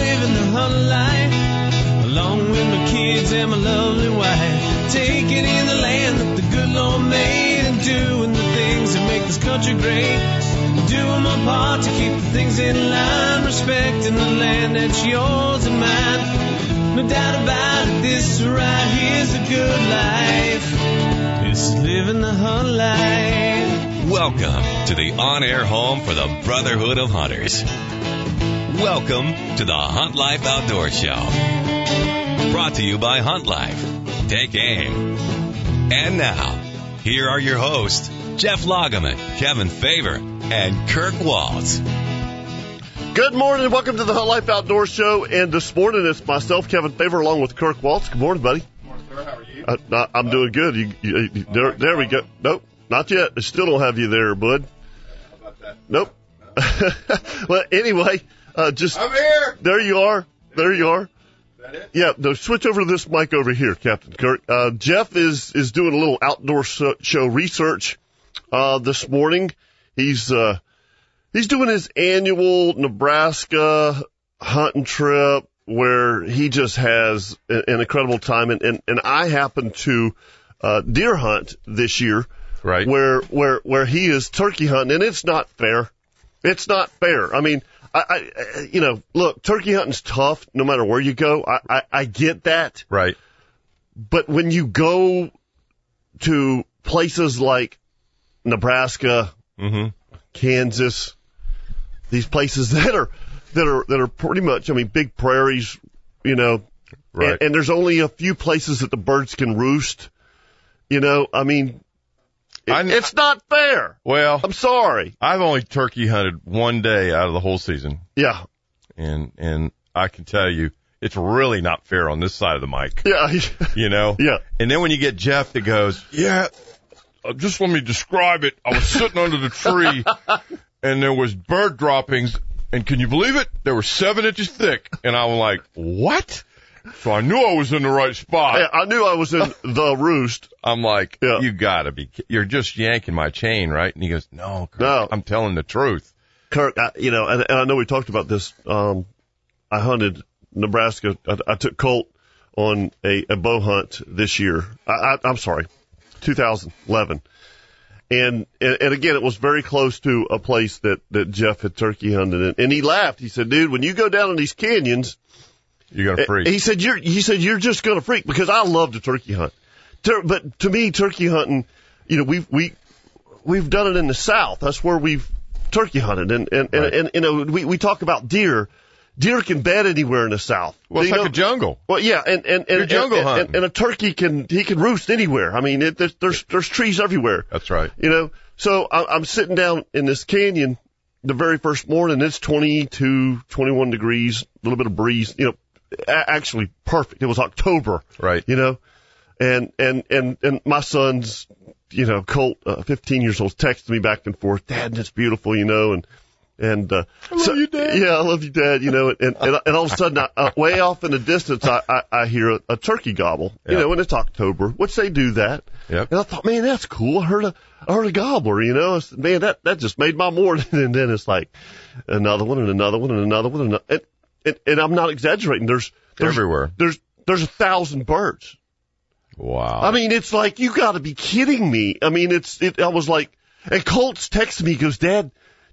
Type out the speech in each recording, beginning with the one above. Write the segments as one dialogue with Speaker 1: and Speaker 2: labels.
Speaker 1: her life, along with my kids and my lovely wife. Taking in the land that the good Lord made and doing the things that make this country great. Doing my part to keep the things in line, respecting the land that's yours and mine. No doubt about it, this right here's a good life. This is living the hunt life.
Speaker 2: Welcome to the on air home for the Brotherhood of Hunters. Welcome to the Hunt Life Outdoor Show. Brought to you by Hunt Life. Take aim. And now, here are your hosts, Jeff Loggeman, Kevin Favor, and Kirk Waltz.
Speaker 3: Good morning. Welcome to the Hunt Life Outdoor Show. And this morning, it's myself, Kevin Favor, along with Kirk Waltz. Good morning, buddy. Uh, no, I'm doing good. You, you, you- there, there we go. Nope, not yet. I still don't have you there, bud. Nope. well, anyway, uh, just
Speaker 4: I'm here.
Speaker 3: there you are. There you are.
Speaker 4: That it?
Speaker 3: Yeah, no, switch over to this mic over here, Captain Kirk. Uh, Jeff is is doing a little outdoor so- show research uh, this morning. He's uh, he's doing his annual Nebraska hunting trip where he just has a- an incredible time, and and, and I happen to uh, deer hunt this year,
Speaker 4: Right.
Speaker 3: where where where he is turkey hunting, and it's not fair. It's not fair. I mean, I, I- I you know, look, turkey hunting's tough no matter where you go. I, I, I get that,
Speaker 4: Right.
Speaker 3: but when you go to places like Nebraska,
Speaker 4: Mhm.
Speaker 3: Kansas, these places that are that are that are pretty much, I mean, big prairies, you know,
Speaker 4: Right.
Speaker 3: and, and there's only a few places that the birds can roost. You know, I mean, it-
Speaker 4: I-
Speaker 3: it's not fair.
Speaker 4: well,
Speaker 3: I'm sorry.
Speaker 4: I've only turkey hunted one day out of the whole season,
Speaker 3: Yeah,
Speaker 4: and and I can tell you it's really not fair on this side of the mic.
Speaker 3: yeah,
Speaker 4: You know.
Speaker 3: yeah.
Speaker 4: And then when you get Jeff that goes, yeah, uh, just let me describe it. I was sitting under the tree, and there was bird droppings, and can you believe it? They were seven inches thick, and I'm like, what? So I knew I was in the right spot.
Speaker 3: I, I knew I was in the roost.
Speaker 4: I'm like,
Speaker 3: Yeah.
Speaker 4: you gotta be, ki- you're just yanking my chain, right? And he goes, no, Kirk,
Speaker 3: No.
Speaker 4: I'm telling the truth.
Speaker 3: Kirk, I, you know, and, and I know we talked about this. Um, I hunted Nebraska. I, I took Colt on a, a bow hunt this year. I, I, I'm sorry, 2011. And, and and again, it was very close to a place that that Jeff had turkey hunted, in. and he laughed. He said, "Dude, when you go down in these canyons,
Speaker 4: You're gonna freak.
Speaker 3: He said, "You're." He said, "You're just gonna freak because I love to turkey hunt, Tur- but to me, turkey hunting, you know, we've we we've done it in the South. That's where we've turkey hunted, and and and, and you know, we we talk about deer. Deer can bed anywhere in the South.
Speaker 4: well, it's
Speaker 3: You
Speaker 4: like
Speaker 3: know-
Speaker 4: a jungle.
Speaker 3: well, yeah, and and and,
Speaker 4: You're
Speaker 3: and,
Speaker 4: jungle
Speaker 3: and,
Speaker 4: hunting.
Speaker 3: and a turkey can he can roost anywhere. I mean, it, there's, there's there's trees everywhere.
Speaker 4: That's right.
Speaker 3: You know, so I- I'm sitting down in this canyon the very first morning. It's 22, 21 degrees, a little bit of breeze. You know, a- actually perfect. It was October,
Speaker 4: Right.
Speaker 3: you know, and and and and my son's, you know, Colt, uh, 15 years old, texted me back and forth. Dad, that's beautiful, you know, and and uh, I love
Speaker 4: you, Dad.
Speaker 3: Yeah, I love you, Dad. You know, and and, and all of a sudden, I, uh, way off in the distance, I I, I hear a, a turkey gobble. You
Speaker 4: Yeah.
Speaker 3: know, and it's October, which they do that.
Speaker 4: Yep.
Speaker 3: And I thought, man, that's cool. I heard a I heard a gobbler. You know, I said, man, that that just made my morning. And then it's like another one and another one and another one and ano- and and, and I'm not exaggerating. There's, there's
Speaker 4: Everywhere.
Speaker 3: There's there's a thousand birds.
Speaker 4: Wow.
Speaker 3: I mean, it's like you got to be kidding me. I mean, it's it. I was like, and Colts texted me. He goes, Dad,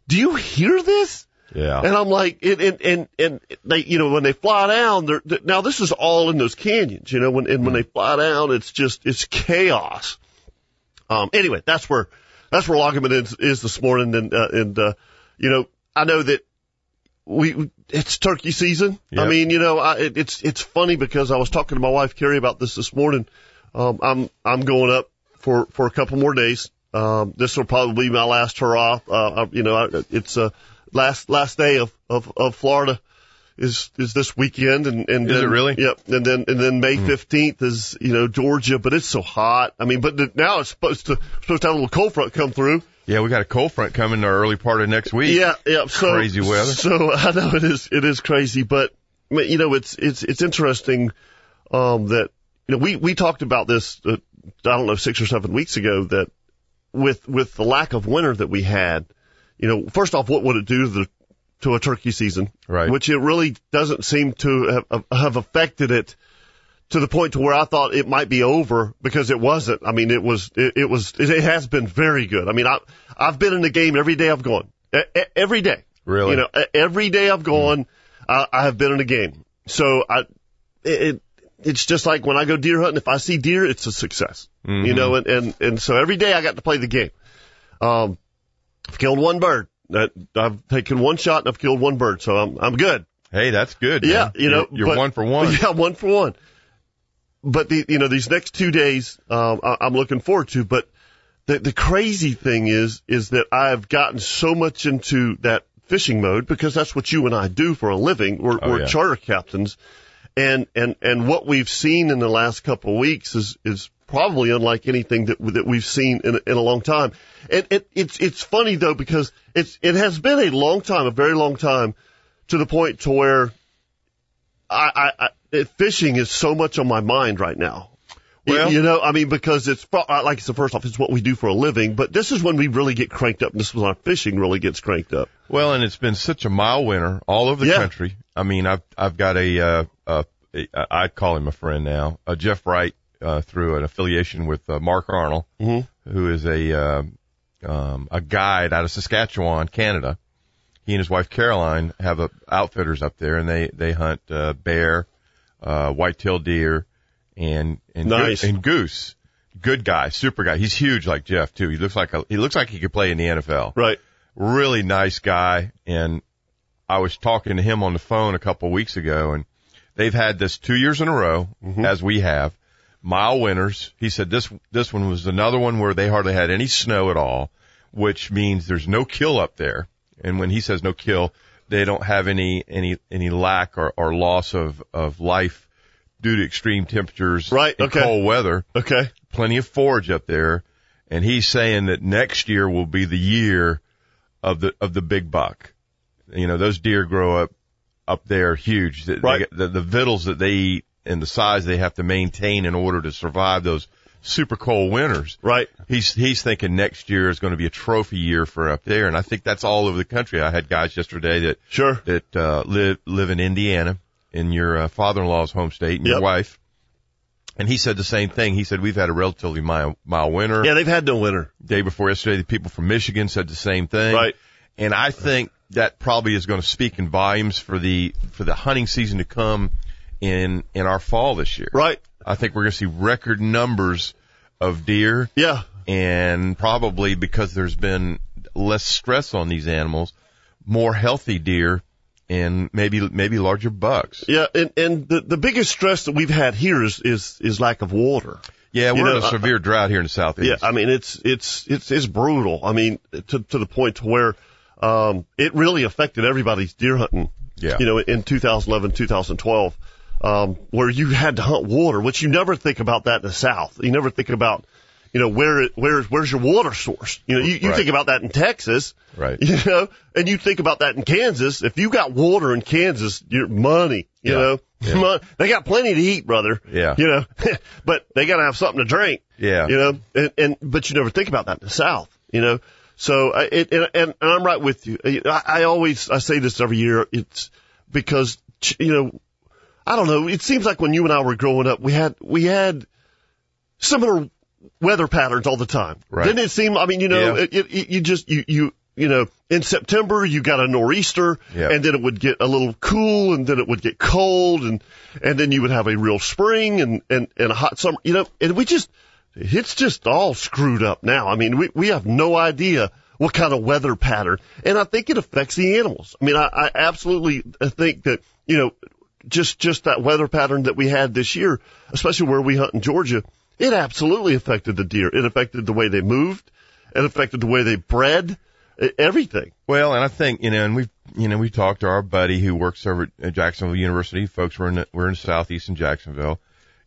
Speaker 3: do you hear this?
Speaker 4: yeah.
Speaker 3: And I'm like, and and and, and they, you know, when they fly down, they're, th- now this is all in those canyons, you know, when and when they fly down, it's just it's chaos. Um, anyway, that's where that's where Loggeman is, is this morning, and uh, and uh, you know, I know that we it's turkey season. I
Speaker 4: Yep.
Speaker 3: mean, you know, I, it, it's it's funny because I was talking to my wife Carrie about this this morning. Um, I'm I'm going up for for a couple more days. Um, this will probably be my last hurrah. Uh, I- you know, I, it's uh, last last day of of of Florida is is this weekend, and and
Speaker 4: Is it
Speaker 3: then-
Speaker 4: really? Hmm.
Speaker 3: Yep. And then and then May fifteenth is you know Georgia, but it's so hot. I mean, but the, now it's supposed to supposed to have a little cold front come through.
Speaker 4: yeah, we got a cold front coming the early part of next week.
Speaker 3: Yeah, yeah. So
Speaker 4: Crazy weather.
Speaker 3: So I know it is. It is crazy, but I mean, you know, it's it's it's interesting um, that you know we we talked about this. Uh, I don't know six or seven weeks ago that with with the lack of winter that we had, you know, first off, what would it do to the to a turkey season,
Speaker 5: Right.
Speaker 3: which it really doesn't seem to have, have affected it to the point to where I thought it might be over because it wasn't. I mean, it was, it, it was, it has been very good. I mean, I, I've been in the game every day I've gone, E- e- every day.
Speaker 5: Really?
Speaker 3: You know, e- every day I've gone, I, I have been in a game. So I, it, it, it's just like when I go deer hunting, if I see deer, it's a success. You know, and, and, and so every day I got to play the game. Um, I've killed one bird. That I've taken one shot and I've killed one bird, so I'm I'm good.
Speaker 5: Hey, that's good. man.
Speaker 3: Yeah, you know,
Speaker 5: You're- you're
Speaker 3: but-
Speaker 5: one for one.
Speaker 3: Yeah, one for one. But the you know these next two days, um, I, I'm looking forward to. But the the crazy thing is is that I've gotten so much into that fishing mode because that's what you and I do for a living. We're,
Speaker 5: Oh,
Speaker 3: we're
Speaker 5: yeah.
Speaker 3: charter captains, and and and what we've seen in the last couple of weeks is is probably unlike anything that that we've seen in in a long time. And it, it's it's funny though because it's it has been a long time, a very long time, to the point to where I, I, I it- fishing is so much on my mind right now.
Speaker 5: Well-
Speaker 3: you know, I mean, because it's fu- I like it's the first off, it's what we do for a living, but this is when we really get cranked up. And this is when our fishing really gets cranked up.
Speaker 5: Well, and it's been such a mile winter all over the
Speaker 3: Yeah.
Speaker 5: country. I mean, I've I've got a, uh, uh, a I call him a friend now, uh, Jeff Wright, uh, through an affiliation with uh, Mark Arnold,
Speaker 3: Mm-hmm.
Speaker 5: who is a uh, um, a guide out of Saskatchewan, Canada. He and his wife Caroline have a, outfitters up there, and they they hunt uh, bear, uh, white-tailed deer, and and goo-
Speaker 3: Nice.
Speaker 5: and goose. Good guy, super guy. He's huge like Jeff too. He looks like a, he looks like he could play in the NFL
Speaker 3: Right.
Speaker 5: really nice guy and I was talking to him on the phone a couple of weeks ago and they've had this two years in a row
Speaker 3: Mm-hmm.
Speaker 5: as we have mile winters. He said this, this one was another one where they hardly had any snow at all, which means there's no kill up there. And when he says no kill, they don't have any, any, any lack or, or loss of, of life due to extreme temperatures
Speaker 3: Right,
Speaker 5: and
Speaker 3: okay.
Speaker 5: cold weather
Speaker 3: Okay.
Speaker 5: plenty of forage up there, and he's saying that next year will be the year of the of the big buck. You know, those deer grow up up there huge. The,
Speaker 3: Right.
Speaker 5: they- The, the victuals that they eat and the size they have to maintain in order to survive those super cold winters.
Speaker 3: Right.
Speaker 5: He's he's thinking next year is going to be a trophy year for up there, and I think that's all over the country. I had guys yesterday that
Speaker 3: Sure.
Speaker 5: that uh, live live in Indiana, in your uh, father-in-law's home state, and your
Speaker 3: Yep.
Speaker 5: wife. And he said the same thing. He said we've had a relatively mild, mild winter.
Speaker 3: Yeah, they've had no winter.
Speaker 5: Day before yesterday, the people from Michigan said the same thing.
Speaker 3: Right.
Speaker 5: And I think that probably is going to speak in volumes for the for the hunting season to come in in our fall this year.
Speaker 3: Right.
Speaker 5: I think we're going to see record numbers of deer
Speaker 3: Yeah.
Speaker 5: and probably because there's been less stress on these animals, more healthy deer and maybe maybe larger bucks.
Speaker 3: Yeah. And, and the, the biggest stress that we've had here is, is, is lack of water.
Speaker 5: Yeah, we're
Speaker 3: You know,
Speaker 5: in a
Speaker 3: I-
Speaker 5: severe drought here in the southeast.
Speaker 3: Yeah, I mean it's it's it's it's brutal. I mean to to the point to where um it really affected everybody's deer hunting.
Speaker 5: Yeah.
Speaker 3: You know, in 2011, 2012, um where you had to hunt water, which you never think about that in the south. You never think about you know where it, where where's your water source? You know, you, you
Speaker 5: Right.
Speaker 3: think about that in Texas,
Speaker 5: Right.
Speaker 3: You know, and you think about that in Kansas. If you got water in Kansas, your money, you
Speaker 5: Yeah.
Speaker 3: know,
Speaker 5: Yeah.
Speaker 3: Mon- they got plenty to eat, brother.
Speaker 5: Yeah.
Speaker 3: you know, but they got to have something to drink.
Speaker 5: Yeah.
Speaker 3: You know, and, and but you never think about that in the South, you know. So I- it, and, and and I'm right with you. I, I always I say this every year. It's because you know, I don't know. It seems like when you and I were growing up, we had we had similar weather patterns all the time.
Speaker 5: Right.
Speaker 3: Didn't it seem? I mean, you know,
Speaker 5: Yeah.
Speaker 3: it, it, it, you just you you you know, in September you got a nor'easter,
Speaker 5: Yeah.
Speaker 3: and then it would get a little cool, and then it would get cold, and and then you would have a real spring and and and a hot summer. You know, and we just it's just all screwed up now. I mean, we we have no idea what kind of weather pattern, and I think it affects the animals. I mean, I, I absolutely think that you know just just that weather pattern that we had this year, especially where we hunt in Georgia, it absolutely affected the deer. It affected the way they moved. It affected the way they bred. e- Everything.
Speaker 5: Well, and I think you know, and we've you know we talked to our buddy who works over at Jacksonville University. Folks, we're in the, we're in southeastern Jacksonville,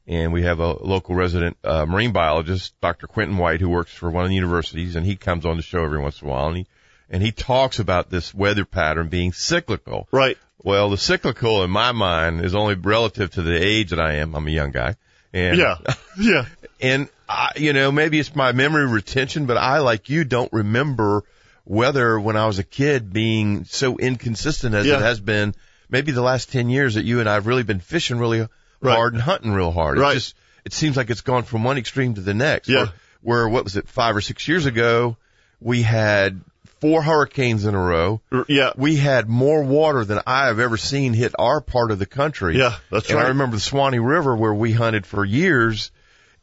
Speaker 5: and we have a local resident uh, marine biologist, Dr. Quentin White, who works for one of the universities, and he comes on the show every once in a while, and he and he talks about this weather pattern being cyclical.
Speaker 3: Right.
Speaker 5: Well, the cyclical in my mind is only relative to the age that I am. I'm a young guy, and
Speaker 3: Yeah. Yeah.
Speaker 5: and I, you know, maybe it's my memory retention, but I, like you, don't remember weather when I was a kid being so inconsistent as
Speaker 3: Yeah.
Speaker 5: it has been. Maybe the last ten years that you and I have really been fishing really hard and hunting real hard.
Speaker 3: Right.
Speaker 5: It just it seems like it's gone from one extreme to the next.
Speaker 3: Yeah.
Speaker 5: Where, where what was it five or six years ago we had four hurricanes in a row.
Speaker 3: R- Yeah.
Speaker 5: We had more water than I have ever seen hit our part of the country.
Speaker 3: Yeah, that's
Speaker 5: and
Speaker 3: right.
Speaker 5: I remember the Swanee River where we hunted for years.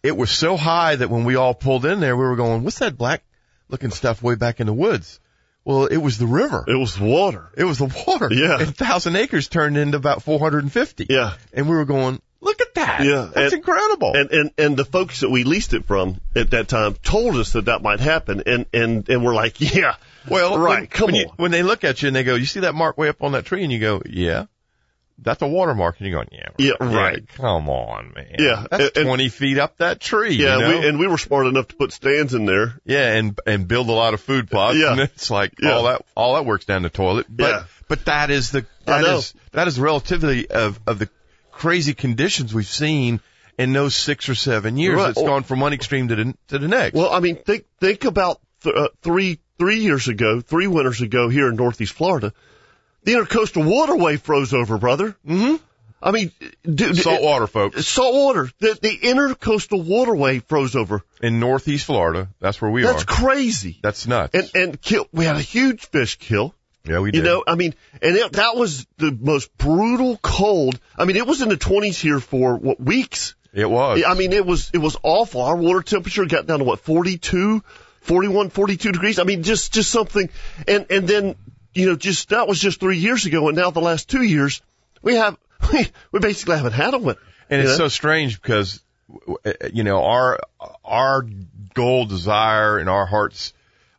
Speaker 5: It was so high that when we all pulled in there, we were going, "What's that black looking stuff way back in the woods?" Well, it was the river.
Speaker 3: It was water.
Speaker 5: It was the water.
Speaker 3: Yeah.
Speaker 5: and thousand acres turned into about 450.
Speaker 3: Yeah.
Speaker 5: and we were going, "Look at that!
Speaker 3: Yeah,
Speaker 5: that's
Speaker 3: and-
Speaker 5: incredible."
Speaker 3: And, and, and the folks that we leased it from at that time told us that that might happen. And, and, and we're like, yeah.
Speaker 5: well,
Speaker 3: right.
Speaker 5: When,
Speaker 3: come
Speaker 5: when
Speaker 3: on.
Speaker 5: you- when they look at you and they go, "You see that mark way up on that tree?" and you go, "Yeah." That's a watermark, and you're going, yeah,
Speaker 3: Yeah, right.
Speaker 5: Come on, man.
Speaker 3: Yeah,
Speaker 5: that's
Speaker 3: and- and-
Speaker 5: 20 feet up that tree.
Speaker 3: yeah.
Speaker 5: you know?
Speaker 3: We, and we were smart enough to put stands in there.
Speaker 5: Yeah, and and build a lot of food plots.
Speaker 3: Yeah.
Speaker 5: and it's like
Speaker 3: Yeah.
Speaker 5: all that all that works down the toilet. But
Speaker 3: Yeah.
Speaker 5: but that is the
Speaker 3: I
Speaker 5: that
Speaker 3: know.
Speaker 5: is that is relativity of of the crazy conditions we've seen in those six or seven years.
Speaker 3: Right.
Speaker 5: It's gone from one extreme to the to the next.
Speaker 3: Well, I mean, think, think about th- uh, three, three years ago, three winters ago here in Northeast Florida, the intercoastal waterway froze over, brother. Mm-hmm. I mean, dude,
Speaker 5: Salt water, folks,
Speaker 3: Salt water. The, the intercoastal waterway froze over.
Speaker 5: in Northeast Florida. That's where we
Speaker 3: That's
Speaker 5: are.
Speaker 3: crazy.
Speaker 5: That's nuts.
Speaker 3: And and kill. We had a huge fish kill.
Speaker 5: yeah, we did.
Speaker 3: You know, I mean, and it, that was the most brutal cold. I mean, it was in the 20s here for what weeks.
Speaker 5: it was.
Speaker 3: I mean, it was it was awful. Our water temperature got down to what 42, 41, 42 degrees. I mean, just just something. And and then you know, just that was just three years ago, and now the last two years we have we, basically haven't had a winter.
Speaker 5: And
Speaker 3: you
Speaker 5: it's
Speaker 3: know?
Speaker 5: so strange because, w- w- you know, our, our goal, desire, and our hearts,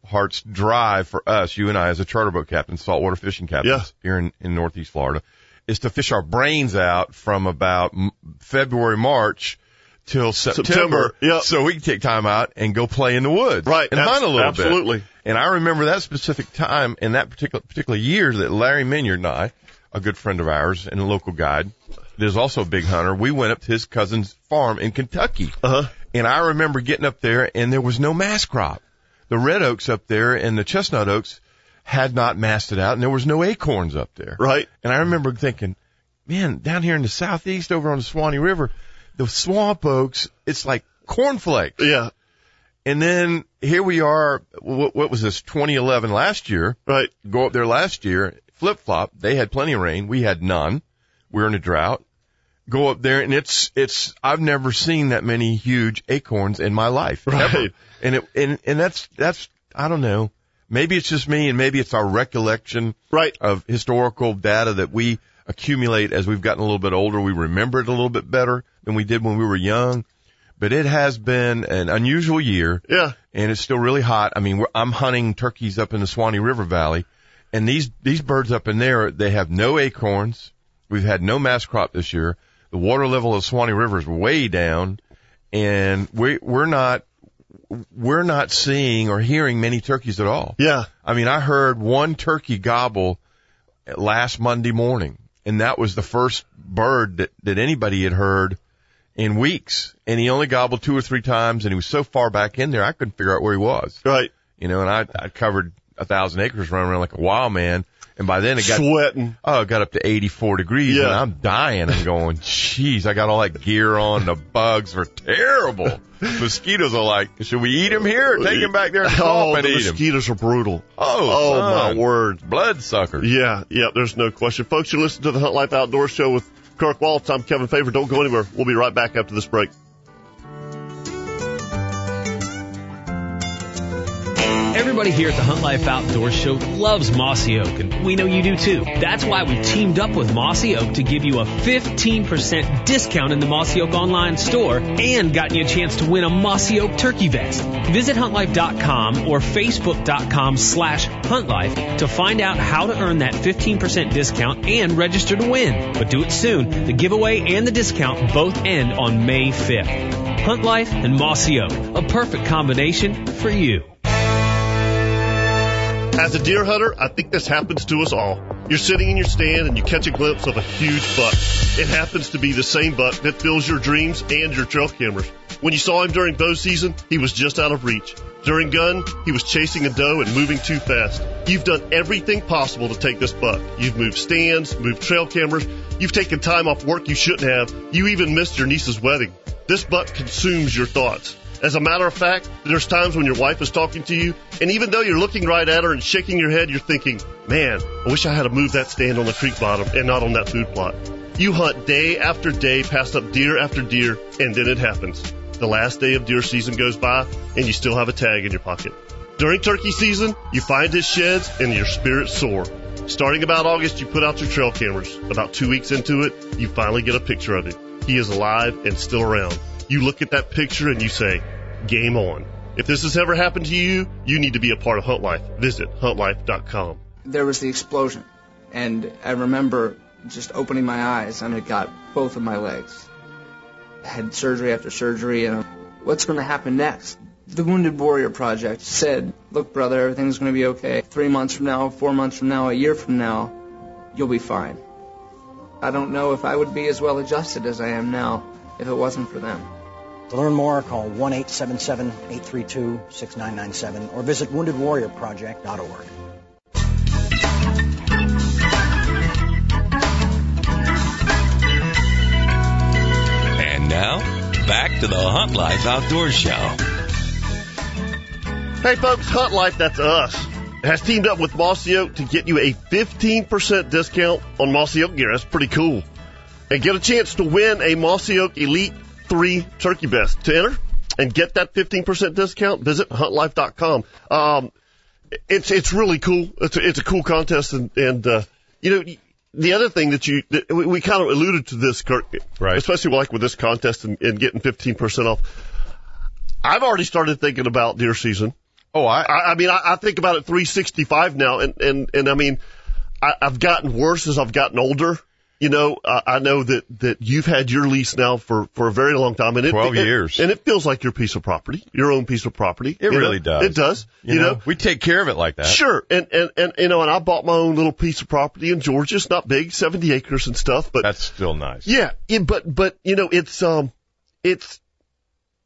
Speaker 5: hearts drive for us, you and I as a charter boat captain, saltwater fishing captains
Speaker 3: Yeah.
Speaker 5: here in, in Northeast Florida, is to fish our brains out from about m- February, March till September.
Speaker 3: September, yeah.
Speaker 5: So we can take time out and go play in the woods.
Speaker 3: Right,
Speaker 5: And
Speaker 3: abs-
Speaker 5: hunt a little bit.
Speaker 3: absolutely.
Speaker 5: And I remember that specific time and that particular particular year that Larry Minyard and I, a good friend of ours and a local guide, that is also a big hunter, we went up to his cousin's farm in Kentucky.
Speaker 3: Uh-huh.
Speaker 5: And I remember getting up there and there was no mass crop. The red oaks up there and the chestnut oaks had not masted out and there was no acorns up there.
Speaker 3: right.
Speaker 5: And I remember thinking, man, down here in the southeast over on the Swanee River, the swamp oaks, it's like cornflakes.
Speaker 3: Yeah.
Speaker 5: And then here we are. What, what was this? 2011 last year.
Speaker 3: Right.
Speaker 5: Go up there last year. Flip flop. They had plenty of rain. We had none. We are in a drought. Go up there and it's it's. I've never seen that many huge acorns in my life. ever.
Speaker 3: Right.
Speaker 5: And it and and that's that's I don't know. Maybe it's just me and maybe it's our recollection
Speaker 3: Right.
Speaker 5: of historical data that we accumulate as we've gotten a little bit older. We remember it a little bit better than we did when we were young. But it has been an unusual year
Speaker 3: Yeah.
Speaker 5: and it's still really hot. I mean, we're, I'm hunting turkeys up in the Swanee River Valley, and these these birds up in there they have no acorns. We've had no mass crop this year. The water level of Swanee River is way down, and we we're not we're not seeing or hearing many turkeys at all.
Speaker 3: Yeah.
Speaker 5: I mean, I heard one turkey gobble last Monday morning, and that was the first bird that, that anybody had heard in weeks. And he only gobbled two or three times, and he was so far back in there, I couldn't figure out where he was.
Speaker 3: Right.
Speaker 5: You know, and I, I covered a thousand acres running around like a wild man. And by then it got,
Speaker 3: Sweating.
Speaker 5: oh, it got up to 84 degrees and
Speaker 3: Yeah.
Speaker 5: I'm dying. I'm going, jeez, I got all that gear on. The bugs were terrible. Mosquitoes are like, should we eat him here or take him back there to the swamp
Speaker 3: Oh,
Speaker 5: and
Speaker 3: the
Speaker 5: eat him?
Speaker 3: mosquitoes are brutal.
Speaker 5: Oh,
Speaker 3: Oh my
Speaker 5: son.
Speaker 3: word.
Speaker 5: Bloodsuckers.
Speaker 3: Yeah, yeah, there's no question. Folks, you listen to the Hunt Life Outdoor Show with Kirk Waltz. I'm Kevin Favor. Don't go anywhere. We'll be right back after this break.
Speaker 1: Everybody here at the Hunt Life Outdoor Show loves Mossy Oak, and we know you do too. That's why we teamed up with Mossy Oak to give you a 15% discount in the Mossy Oak online store and gotten you a chance to win a Mossy Oak turkey vest. Visit huntlife.com or facebook.com slash huntlife to find out how to earn that 15% discount and register to win. But do it soon. The giveaway and the discount both end on May 5th. Hunt Life and Mossy Oak, a perfect combination for you.
Speaker 3: As a deer hunter, I think this happens to us all. You're sitting in your stand and you catch a glimpse of a huge buck. It happens to be the same buck that fills your dreams and your trail cameras. When you saw him during bow season, he was just out of reach. During gun, he was chasing a doe and moving too fast. You've done everything possible to take this buck. You've moved stands, moved trail cameras, you've taken time off work you shouldn't have, you even missed your niece's wedding. This buck consumes your thoughts. As a matter of fact, there's times when your wife is talking to you, and even though you're looking right at her and shaking your head, you're thinking, man, I wish I had moved that stand on the creek bottom and not on that food plot. You hunt day after day, past up deer after deer, and then it happens. The last day of deer season goes by, and you still have a tag in your pocket. During turkey season, you find his sheds and your spirits soar. Starting about August, you put out your trail cameras. About two weeks into it, you finally get a picture of him. He is alive and still around. You look at that picture and you say, game on. If this has ever happened to you, you need to be a part of Hunt Life. Visit huntlife.com.
Speaker 6: There was the explosion, and I remember just opening my eyes, and I got both of my legs. I had surgery after surgery, and what's going to happen next? The Wounded Warrior Project said, look, brother, everything's going to be okay. Three months from now, four months from now, a year from now, you'll be fine. I don't know if I would be as well adjusted as I am now if it wasn't for them.
Speaker 7: To learn more, call 1-877-832-6997 or visit woundedwarriorproject.org.
Speaker 2: And now, back to the Hunt Life Outdoor Show.
Speaker 3: Hey folks, Hunt Life, that's us, has teamed up with Mossy Oak to get you a 15% discount on Mossy Oak gear. That's pretty cool. And get a chance to win a Mossy Oak Elite 3 Turkey Best. To enter and get that 15% discount, visit huntlife.com. Um, it's, it's really cool. It's a, it's a cool contest. And, and, uh, you know, the other thing that you, that we, we kind of alluded to this, Kirk,
Speaker 5: Right.
Speaker 3: especially like with this contest and, and getting 15% off. I've already started thinking about deer season.
Speaker 5: Oh, I,
Speaker 3: I, I mean, I, I think about it 365 now, and and and I mean, I, I've gotten worse as I've gotten older. You know, I, I know that that you've had your lease now for for a very long time, and it,
Speaker 5: 12
Speaker 3: it-
Speaker 5: years.
Speaker 3: and it feels like your piece of property, your own piece of property.
Speaker 5: It
Speaker 3: you know?
Speaker 5: really does.
Speaker 3: It does. You, know.
Speaker 5: we take care of it like that.
Speaker 3: Sure, and, and and you know, and I bought my own little piece of property in Georgia. It's not big, seventy acres and stuff, but
Speaker 5: That's still nice.
Speaker 3: yeah, yeah, but but you know, it's um, it's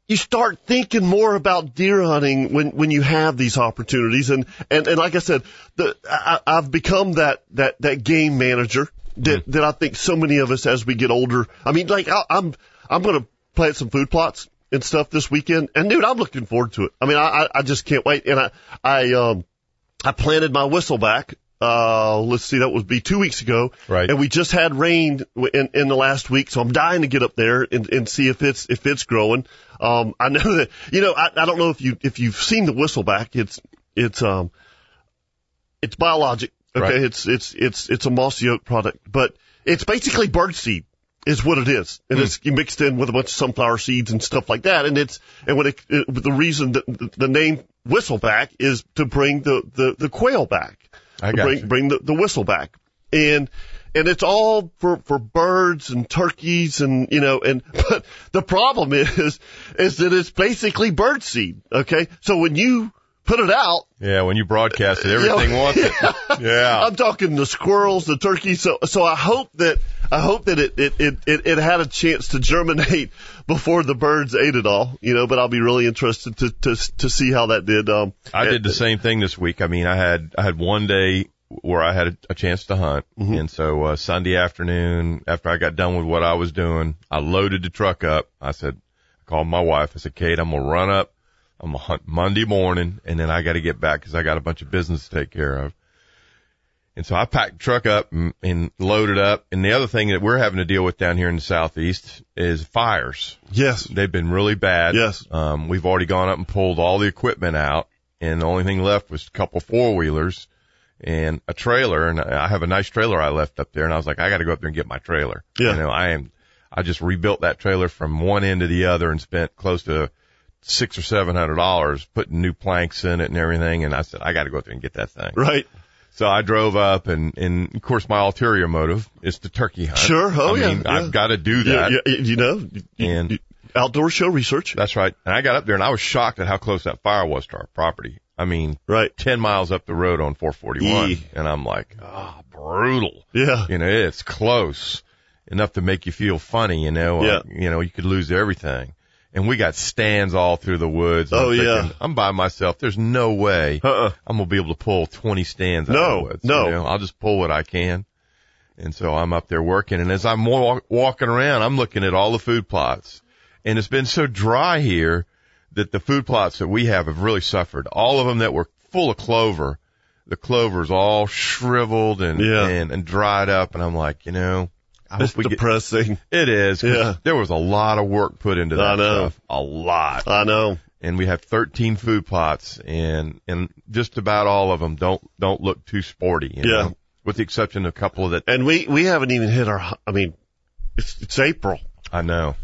Speaker 3: you start thinking more about deer hunting when when you have these opportunities, and and and like I said, the I, I- I've become that that that game manager that that I think so many of us as we get older. I mean, like I, I'm I'm gonna plant some food plots and stuff this weekend, and dude, I'm looking forward to it. I mean, I I, I just can't wait, and I I um. I planted my whistleback. Uh, let's see, that would be two weeks ago.
Speaker 5: Right.
Speaker 3: And we just had rain w- in, in the last week, so I'm dying to get up there and, and see if it's, if it's growing. Um, I know that, you know, I, I don't know if you, if you've seen the whistleback. It's, it's, um, it's biologic. Okay.
Speaker 5: Right.
Speaker 3: It's, it's, it's, it's a mossy oak product, but it's basically birdseed is what it is. And
Speaker 5: Hmm.
Speaker 3: it's mixed in with a bunch of sunflower seeds and stuff like that. And it's, and when it, it the reason that the- the name whistleback is to bring the, the, the quail back.
Speaker 5: I got
Speaker 3: bring,
Speaker 5: you.
Speaker 3: bring the, the whistle back. And, and it's all for, for birds and turkeys and, you know, and, but the problem is, is that it's basically bird seed. Okay. So when you put it out,
Speaker 5: Yeah, when you broadcast it, everything wants it. Yeah.
Speaker 3: I'm talking the squirrels, the turkeys. So, so I hope that I hope that it it, it it it had a chance to germinate before the birds ate it all. You know, but I'll be really interested to to to see how that did. Um,
Speaker 5: I did the same thing this week. I mean, I had I had one day where I had a, a chance to hunt, and so uh, Sunday afternoon, after I got done with what I was doing, I loaded the truck up. I said, I called my wife. I said, Kate, I'm gonna run up. I'm gonna hunt Monday morning, and then I got to get back because I got a bunch of business to take care of. And so I packed the truck up and, and loaded up. And the other thing that we're having to deal with down here in the southeast is fires.
Speaker 3: Yes.
Speaker 5: They've been really bad.
Speaker 3: Yes.
Speaker 5: Um, we've already gone up and pulled all the equipment out and the only thing left was a couple four wheelers and a trailer. And I have a nice trailer I left up there and I was like, I got to go up there and get my trailer.
Speaker 3: Yeah.
Speaker 5: You know, I am, I just rebuilt that trailer from one end to the other and spent close to six or seven hundred dollars putting new planks in it and everything. And I said, I got to go up there and get that thing.
Speaker 3: Right.
Speaker 5: So I drove up and, and of course my ulterior motive is the turkey hunt.
Speaker 3: Sure. Oh,
Speaker 5: I
Speaker 3: yeah.
Speaker 5: mean,
Speaker 3: Yeah.
Speaker 5: I've got to do that.
Speaker 3: You, you, you know, you-
Speaker 5: And-
Speaker 3: you- outdoor show research.
Speaker 5: That's right. And I got up there and I was shocked at how close that fire was to our property. I mean,
Speaker 3: Right.
Speaker 5: 10 miles up the road on 441.
Speaker 3: Yee.
Speaker 5: And I'm like, ah, brutal.
Speaker 3: Yeah.
Speaker 5: You know, it's close enough to make you feel funny, you know, uh,
Speaker 3: Yeah.
Speaker 5: Like, you know, you could lose everything. and we got stands all through the woods.
Speaker 3: Oh,
Speaker 5: I'm
Speaker 3: yeah.
Speaker 5: I'm by myself. There's no way
Speaker 3: Uh-uh.
Speaker 5: I'm gonna be able to pull 20 stands. out
Speaker 3: No,
Speaker 5: of the woods,
Speaker 3: no.
Speaker 5: you know? I'll just pull what I can. And so I'm up there working, and as I'm walk, walking around, I'm looking at all the food plots, and it's been so dry here that the food plots that we have have really suffered. All of them that were full of clover, the clover's all shriveled and
Speaker 3: Yeah.
Speaker 5: and, and dried up, and I'm like, you know, I
Speaker 3: It's
Speaker 5: hope we get
Speaker 3: depressing.
Speaker 5: it is. 'cause
Speaker 3: Yeah.
Speaker 5: There was a lot of work put into that
Speaker 3: I know.
Speaker 5: stuff. A lot.
Speaker 3: I know.
Speaker 5: And we have 13 food plots and, and just about all of them don't, don't look too sporty. you
Speaker 3: Yeah.
Speaker 5: know, with the exception of a couple that
Speaker 3: And we, we haven't even hit our, I mean, it's, it's April.
Speaker 5: I know.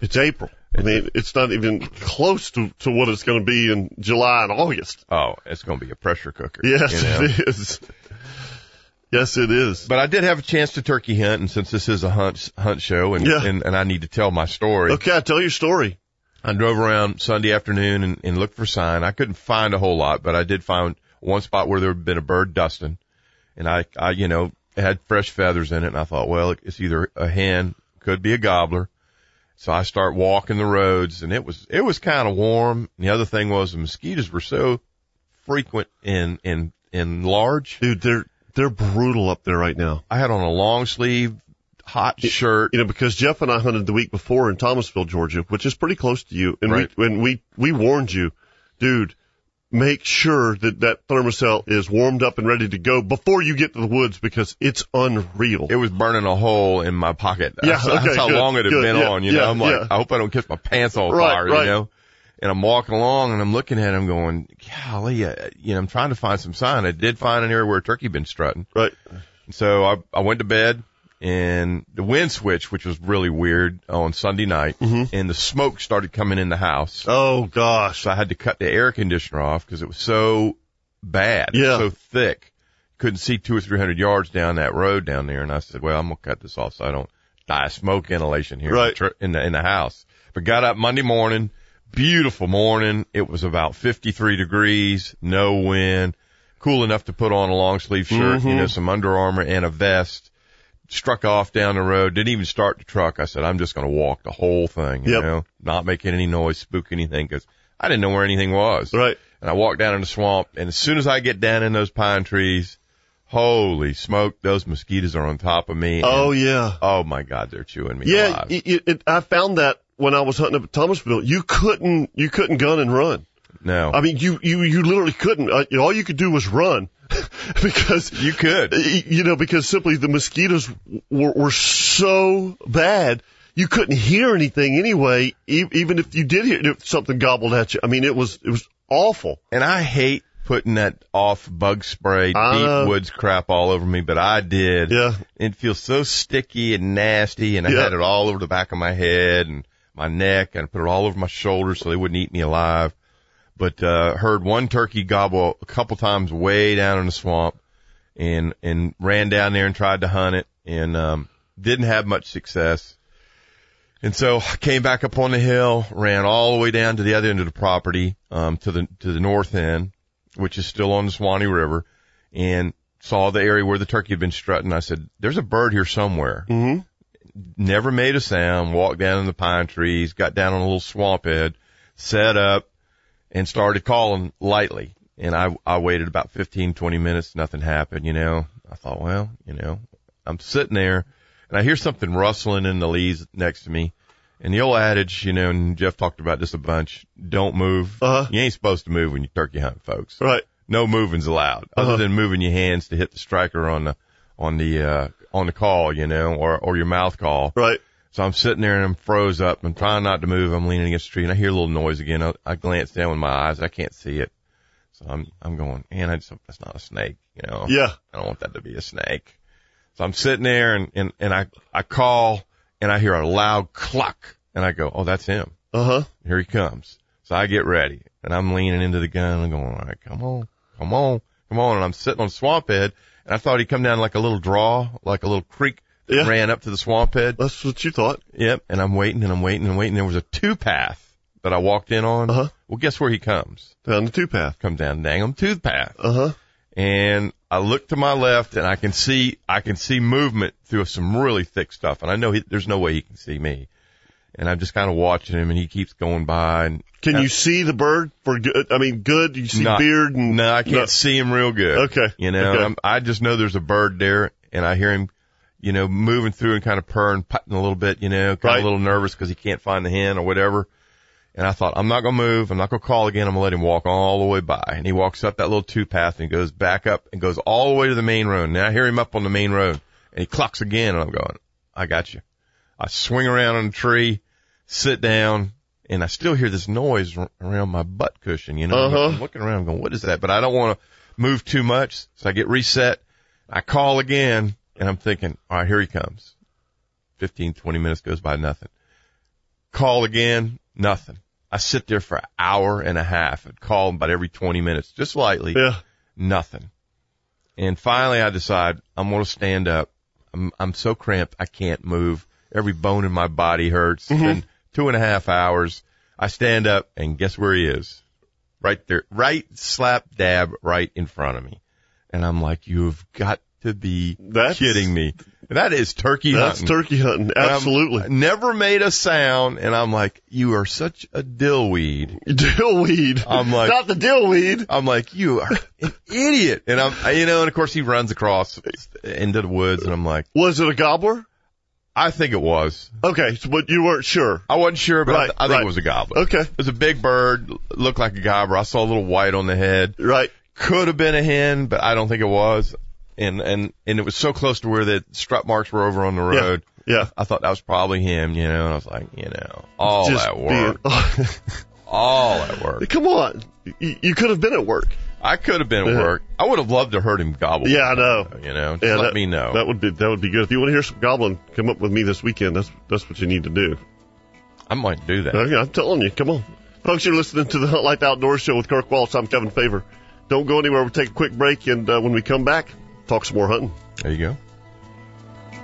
Speaker 3: It's April. I mean, it's not even close to, to what it's going to be in July and August.
Speaker 5: Oh, it's going to be a pressure cooker.
Speaker 3: Yes,
Speaker 5: you know.
Speaker 3: it is. Yes, it is.
Speaker 5: But I did have a chance to turkey hunt, and since this is a hunt hunt show, and
Speaker 3: Yeah.
Speaker 5: and, and I need to tell my story,
Speaker 3: Okay, tell your story.
Speaker 5: I drove around Sunday afternoon and, and looked for sign. I couldn't find a whole lot, but I did find one spot where there had been a bird dusting, and I, I, you know, it had fresh feathers in it, and I thought, well, it's either a hen, could be a gobbler. So I start walking the roads, and it was it was kind of warm. And the other thing was the mosquitoes were so frequent and and and large.
Speaker 3: Dude, they're, they're brutal up there right now.
Speaker 5: I had on a long sleeve hot shirt.
Speaker 3: You know, because Jeff and I hunted the week before in Thomasville, Georgia, which is pretty close to you. And
Speaker 5: Right.
Speaker 3: we, and we, we warned you, dude, make sure that that thermocell is warmed up and ready to go before you get to the woods because it's unreal.
Speaker 5: It was burning a hole in my pocket. That's,
Speaker 3: Yeah, okay,
Speaker 5: that's how
Speaker 3: good,
Speaker 5: long it had
Speaker 3: good,
Speaker 5: been
Speaker 3: yeah,
Speaker 5: on. You
Speaker 3: yeah,
Speaker 5: know, I'm like,
Speaker 3: yeah.
Speaker 5: I hope I don't catch my pants on
Speaker 3: Right,
Speaker 5: fire.
Speaker 3: right.
Speaker 5: You know, and I'm walking along and I'm looking at him, going, "Golly, uh, you know, I'm trying to find some sign. I did find an area where a turkey been strutting.
Speaker 3: right.
Speaker 5: And so I I went to bed and the wind switched, which was really weird on Sunday night, and the smoke started coming in the house.
Speaker 3: Mm-hmm. Oh gosh.
Speaker 5: So I had to cut the air conditioner off because it was so bad,
Speaker 3: Yeah.
Speaker 5: so thick. Couldn't see two or three hundred yards down that road down there. And I said, well, I'm going to cut this off so I don't die of smoke inhalation here in the
Speaker 3: Right.
Speaker 5: tr- in the, in the house. But got up Monday morning, beautiful morning. It was about 53 degrees, no wind, cool enough to put on a long sleeve shirt, you
Speaker 3: Mm-hmm.
Speaker 5: know, some under armor and a vest. Struck off down the road, didn't even start the truck. I said, I'm just going to walk the whole thing, you
Speaker 3: Yep.
Speaker 5: know, not making any noise, spook anything because I didn't know where anything was.
Speaker 3: Right.
Speaker 5: And I walked down in the swamp and as soon as I get down in those pine trees, holy smoke, those mosquitoes are on top of me.
Speaker 3: Oh
Speaker 5: and,
Speaker 3: yeah.
Speaker 5: oh my God, they're chewing me
Speaker 3: Yeah.
Speaker 5: alive.
Speaker 3: y y it, I found that when I was hunting up at Thomasville, you couldn't, you couldn't gun and run.
Speaker 5: no,
Speaker 3: I mean, you, you, you literally couldn't. Uh, all you could do was run because
Speaker 5: you could.
Speaker 3: you know, because simply the mosquitoes were, were so bad, you couldn't hear anything anyway, e- even if you did hear if something gobbled at you. I mean, it was, it was awful.
Speaker 5: And I hate putting that off bug spray,
Speaker 3: I know.
Speaker 5: deep woods crap all over me, but I did.
Speaker 3: Yeah.
Speaker 5: It feels so sticky and nasty and I
Speaker 3: Yeah.
Speaker 5: had it all over the back of my head and my neck and I put it all over my shoulders so they wouldn't eat me alive. But, uh, heard one turkey gobble a couple times way down in the swamp and, and ran down there and tried to hunt it and, um, didn't have much success. And so I came back up on the hill, ran all the way down to the other end of the property, um, to the, to the north end, which is still on the Swanee River and saw the area where the turkey had been strutting. I said, there's a bird here somewhere.
Speaker 3: Mhm.
Speaker 5: Never made a sound, walked down in the pine trees, got down on a little swamp head, set up and started calling lightly. And I, I waited about 15, 20 minutes. Nothing happened, you know, I thought, well, you know, I'm sitting there and I hear something rustling in the leaves next to me. And the old adage, you know, and Jeff talked about this a bunch, don't move.
Speaker 3: Uh-huh.
Speaker 5: You ain't supposed to move when you turkey hunt, folks
Speaker 3: Right.
Speaker 5: no moving's allowed
Speaker 3: Uh-huh.
Speaker 5: other than moving your hands to hit the striker on the on the uh on the call you know or or your mouth call
Speaker 3: Right.
Speaker 5: so i'm sitting there and i'm froze up i'm trying not to move i'm leaning against the tree and i hear a little noise again i, I glance down with my eyes i can't see it so i'm i'm going man i just hope that's not a snake you know
Speaker 3: Yeah.
Speaker 5: i don't want that to be a snake so i'm sitting there and and, and i i call and i hear a loud cluck and i go oh that's him
Speaker 3: Uh huh.
Speaker 5: here he comes. So I get ready and I'm leaning into the gun and going, all right, come on, come on, come on. And I'm sitting on swamp head and I thought he'd come down like a little draw, like a little creek that
Speaker 3: Yeah.
Speaker 5: ran up to the swamp head.
Speaker 3: That's what you thought.
Speaker 5: Yep. And I'm waiting and I'm waiting and waiting. There was a two path that I walked in on.
Speaker 3: Uh-huh.
Speaker 5: Well, guess where he comes?
Speaker 3: Down the two path.
Speaker 5: Come down, dang him, two path.
Speaker 3: Uh huh.
Speaker 5: And I look to my left and I can see, I can see movement through some really thick stuff. And I know he, there's no way he can see me. and I'm just kind of watching him, and he keeps going by. And
Speaker 3: Can you see the bird for good? I mean, good. You see
Speaker 5: Not-
Speaker 3: beard and
Speaker 5: No, I can't
Speaker 3: No.
Speaker 5: see him real good.
Speaker 3: Okay.
Speaker 5: You know,
Speaker 3: Okay.
Speaker 5: I'm, I just know there's a bird there, and I hear him, you know, moving through and kind of purring, putting a little bit, you know, kind
Speaker 3: Right.
Speaker 5: of a little nervous because he can't find the hen or whatever. And I thought, I'm not going to move. I'm not going to call again. I'm going to let him walk all the way by. And he walks up that little two path and goes back up and goes all the way to the main road. And I hear him up on the main road and he clocks again and I'm going, I got you. I swing around on a tree, sit down, and I still hear this noise r- around my butt cushion, you know, I'm
Speaker 3: Uh-huh.
Speaker 5: looking- looking around going, what is that? But I don't want to move too much. So I get reset. I call again and I'm thinking, all right, here he comes. 15, 20 minutes goes by, nothing. Call again, nothing. I sit there for an hour and a half and call him about every 20 minutes, just lightly,
Speaker 3: yeah.
Speaker 5: nothing. And finally I decide I'm going to stand up. I'm, I'm so cramped. I can't move. Every bone in my body hurts.
Speaker 3: Mm-hmm.
Speaker 5: It's been two and a half hours. I stand up and guess where he is? Right there, right slap dab right in front of me. And I'm like, you've got to be
Speaker 3: That's-
Speaker 5: kidding me. That is turkey
Speaker 3: That's
Speaker 5: hunting.
Speaker 3: turkey hunting.
Speaker 5: And I'm-
Speaker 3: Absolutely.
Speaker 5: I never made a sound, and I'm like, you are such a dillweed.
Speaker 3: Dillweed.
Speaker 5: I'm like- Uh,
Speaker 3: not the dillweed.
Speaker 5: I'm like, you are an idiot. And I'm, I- you know, and of course he runs across into the woods, and I'm like,
Speaker 3: Was it a gobbler?
Speaker 5: I think it was.
Speaker 3: Okay, so, but you weren't sure.
Speaker 5: I wasn't sure, but I,
Speaker 3: Right,
Speaker 5: th- I think
Speaker 3: right.
Speaker 5: it was a goblin.
Speaker 3: Okay,
Speaker 5: It was a big bird, looked like a gobbler. I saw a little white on the head.
Speaker 3: right.
Speaker 5: Could have been a hen, but I don't think it was. And, and, and it was so close to where the strut marks were over on the
Speaker 3: Yeah.
Speaker 5: road.
Speaker 3: Yeah.
Speaker 5: I thought that was probably him, you know, and I was like, you know, all
Speaker 3: Just
Speaker 5: that work,
Speaker 3: being-
Speaker 5: all that work.
Speaker 3: Come on. You, you could have been at work.
Speaker 5: I could have been at
Speaker 3: Yeah.
Speaker 5: work. I would have loved to heard him gobble.
Speaker 3: Yeah, I know.
Speaker 5: You know, just
Speaker 3: Yeah,
Speaker 5: let
Speaker 3: that-
Speaker 5: me know.
Speaker 3: That would be that would be good. If you want to hear some goblin, come up with me this weekend. That's that's what you need to do.
Speaker 5: I might do that.
Speaker 3: Okay, I'm telling you, come on. Folks, you're listening to the Hunt Life Outdoors Show with Kirk Waltz. I'm Kevin Favor. Don't go anywhere. We'll take a quick break, and uh, when we come back, talk some more hunting.
Speaker 5: There you go.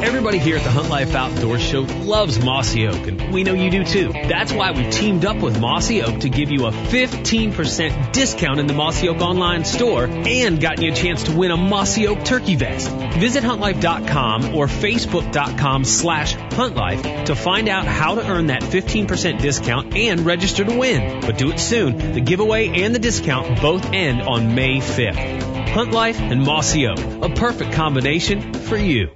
Speaker 1: Everybody here at the Hunt Life Outdoor Show loves Mossy Oak, and we know you do too. That's why we teamed up with Mossy Oak to give you a 15% discount in the Mossy Oak online store and gotten you a chance to win a Mossy Oak turkey vest. Visit huntlife.com or facebook.com slash huntlife to find out how to earn that 15% discount and register to win. But do it soon. The giveaway and the discount both end on May 5th. Hunt Life and Mossy Oak, a perfect combination for you.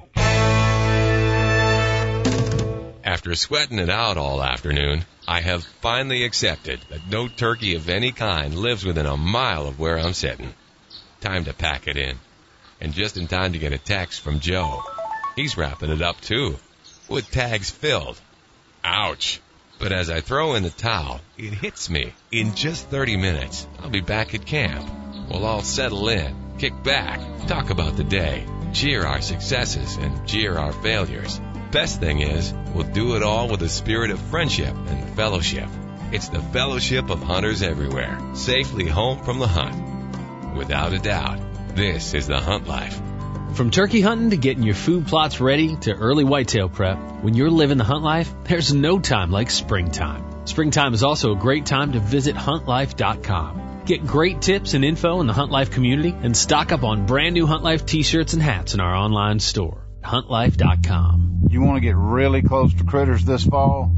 Speaker 2: After sweating it out all afternoon, I have finally accepted that no turkey of any kind lives within a mile of where I'm sitting. Time to pack it in. And just in time to get a text from Joe. He's wrapping it up too, with tags filled. Ouch. But as I throw in the towel, it hits me. In just 30 minutes, I'll be back at camp. We'll all settle in, kick back, talk about the day, cheer our successes, and jeer our failures. Best thing is, we'll do it all with a spirit of friendship and fellowship. It's the fellowship of hunters everywhere, safely home from the hunt. Without a doubt, this is the hunt life.
Speaker 1: From turkey hunting to getting your food plots ready to early whitetail prep, when you're living the hunt life, there's no time like springtime. Springtime is also a great time to visit huntlife.com. Get great tips and info in the Hunt Life community and stock up on brand new Hunt Life t-shirts and hats in our online store, huntlife.com.
Speaker 8: You want to get really close to critters this fall?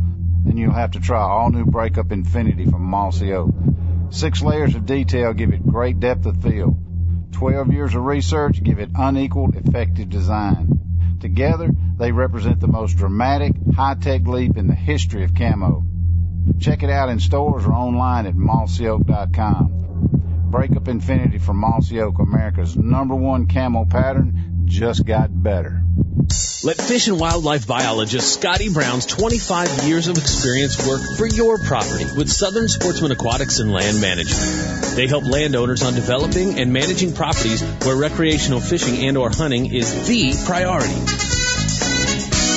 Speaker 8: Then you'll have to try all new Breakup Infinity from Mossy Oak. Six layers of detail give it great depth of field. Twelve years of research give it unequaled effective design. Together, they represent the most dramatic, high-tech leap in the history of camo. Check it out in stores or online at mossyoak.com. Breakup Infinity from Mossy Oak, America's number one camo pattern, just got better.
Speaker 1: Let fish and wildlife biologist Scotty Brown's 25 years of experience work for your property with Southern Sportsman Aquatics and Land Management. They help landowners on developing and managing properties where recreational fishing and or hunting is the priority.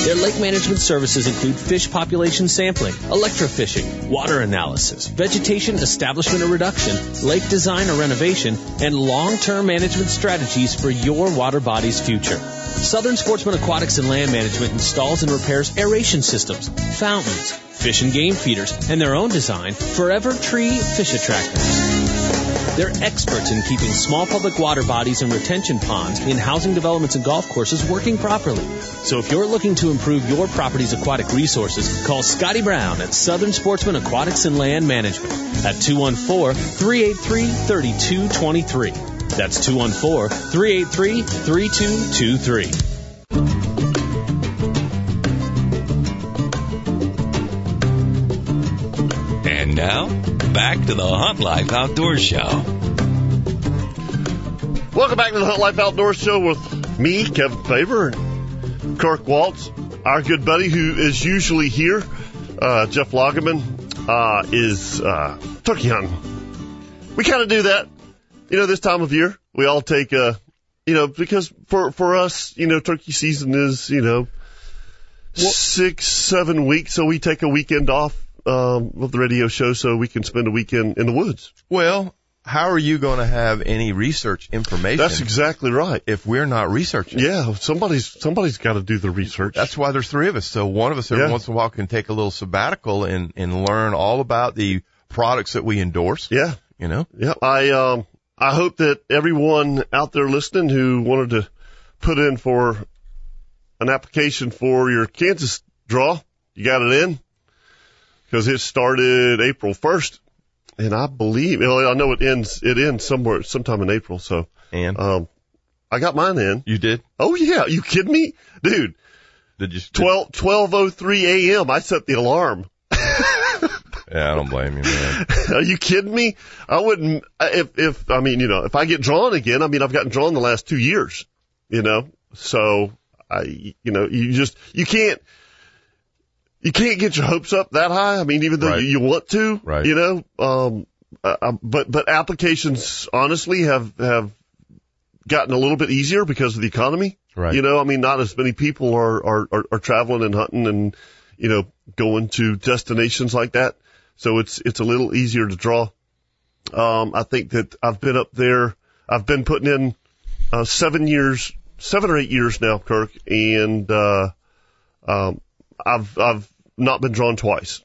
Speaker 1: Their lake management services include fish population sampling, electrofishing, water analysis, vegetation establishment or reduction, lake design or renovation, and long-term management strategies for your water body's future. Southern Sportsman Aquatics and Land Management installs and repairs aeration systems, fountains, fish and game feeders, and their own design, Forever Tree Fish Attractors.
Speaker 9: They're experts in keeping small public water bodies and retention ponds in housing developments and golf courses working properly. So if you're looking to improve your property's aquatic resources, call Scotty Brown at Southern Sportsman Aquatics and Land Management at 214-383-3223. That's 214-383-3223.
Speaker 2: And now, back to the Hunt Life Outdoor Show.
Speaker 3: Welcome back to the Hunt Life Outdoor Show with me, Kevin Favor, and Kirk Waltz, our good buddy who is usually here, uh, Jeff Loggeman, uh, is uh, turkey hunting. We kind of do that, you know, this time of year. We all take, uh, you know, because for for us, you know, turkey season is, you know, six seven weeks, so we take a weekend off um, of the radio show so we can spend a weekend in the woods.
Speaker 5: Well, how are you going to have any research information
Speaker 3: That's exactly right.
Speaker 5: if we're not researching?
Speaker 3: Yeah, somebody's somebody's got to do the research.
Speaker 5: That's why there's three of us. So one of us every
Speaker 3: Yeah.
Speaker 5: once in a while can take a little sabbatical and, and learn all about the products that we endorse,
Speaker 3: yeah.
Speaker 5: you know?
Speaker 3: Yeah, I um, I hope that everyone out there listening who wanted to put in for an application for your Kansas draw, you got it in because it started April first, and I believe well, I know it ends it ends somewhere sometime in April. So
Speaker 5: And
Speaker 3: um, I got mine in.
Speaker 5: you did?
Speaker 3: Oh yeah, you kidding me, dude?
Speaker 5: Did you? did-
Speaker 3: Twelve twelve oh three a.m. I set the alarm.
Speaker 5: yeah, I don't blame you, man.
Speaker 3: Are you kidding me? I wouldn't if if I mean you know if I get drawn again. I mean I've gotten drawn the last two years, you know. So I you know you just you can't you can't get your hopes up that high. I mean even though
Speaker 5: Right.
Speaker 3: you, you want to,
Speaker 5: Right.
Speaker 3: you know. Um, uh, um, but but applications honestly have have gotten a little bit easier because of the economy.
Speaker 5: Right.
Speaker 3: You know, I mean, not as many people are, are, are, are traveling and hunting and, you know, going to destinations like that. So it's, it's a little easier to draw. Um, I think that I've been up there. I've been putting in, uh, seven years, seven or eight years now, Kirk, and, uh, um, I've, I've not been drawn twice.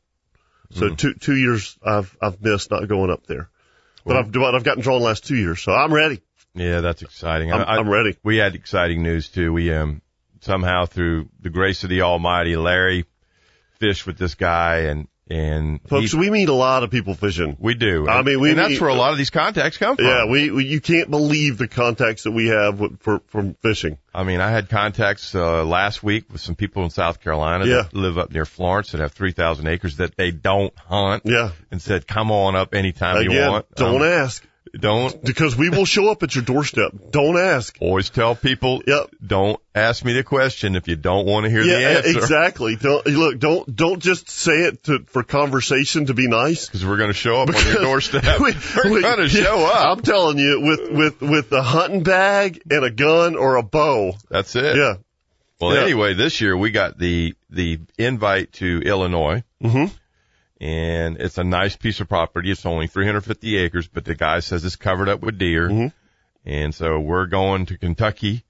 Speaker 3: So two, two years I've, I've missed not going up there. But I've, but I've gotten drawn the last two years, so I'm ready.
Speaker 5: Yeah, that's exciting.
Speaker 3: I'm,
Speaker 5: I- I-
Speaker 3: I'm ready.
Speaker 5: we had exciting news too. We um somehow through the grace of the Almighty, Larry fished with this guy and and
Speaker 3: Folks,
Speaker 5: he-
Speaker 3: we meet a lot of people fishing.
Speaker 5: we do.
Speaker 3: I
Speaker 5: And-
Speaker 3: mean, we
Speaker 5: and that's
Speaker 3: meet-
Speaker 5: where a lot of these contacts come from.
Speaker 3: Yeah, we, we you can't believe the contacts that we have with, for from fishing.
Speaker 5: I mean, I had contacts uh, last week with some people in South Carolina
Speaker 3: Yeah.
Speaker 5: that live up near Florence that have three thousand acres that they don't hunt.
Speaker 3: Yeah,
Speaker 5: And said, "Come on up anytime you
Speaker 3: again,
Speaker 5: want.
Speaker 3: don't
Speaker 5: Um,
Speaker 3: ask
Speaker 5: don't
Speaker 3: because we will show up at your doorstep. Don't ask.
Speaker 5: always tell people.
Speaker 3: Yep.
Speaker 5: Don't ask me the question if you don't want to hear the
Speaker 3: yeah,
Speaker 5: answer.
Speaker 3: exactly. Don't look. Don't don't just say it to, for conversation to be nice.
Speaker 5: Because we're going to show up on your doorstep.
Speaker 3: We-
Speaker 5: are
Speaker 3: we-
Speaker 5: going to show up.
Speaker 3: I'm telling you, with with with a hunting bag and a gun or a bow.
Speaker 5: That's it.
Speaker 3: Yeah.
Speaker 5: Well,
Speaker 3: Yeah.
Speaker 5: anyway, this year we got the the invite to Illinois,
Speaker 3: hmm
Speaker 5: and it's a nice piece of property. It's only 350 acres, but the guy says it's covered up with deer,
Speaker 3: Mhm.
Speaker 5: and so we're going to Kentucky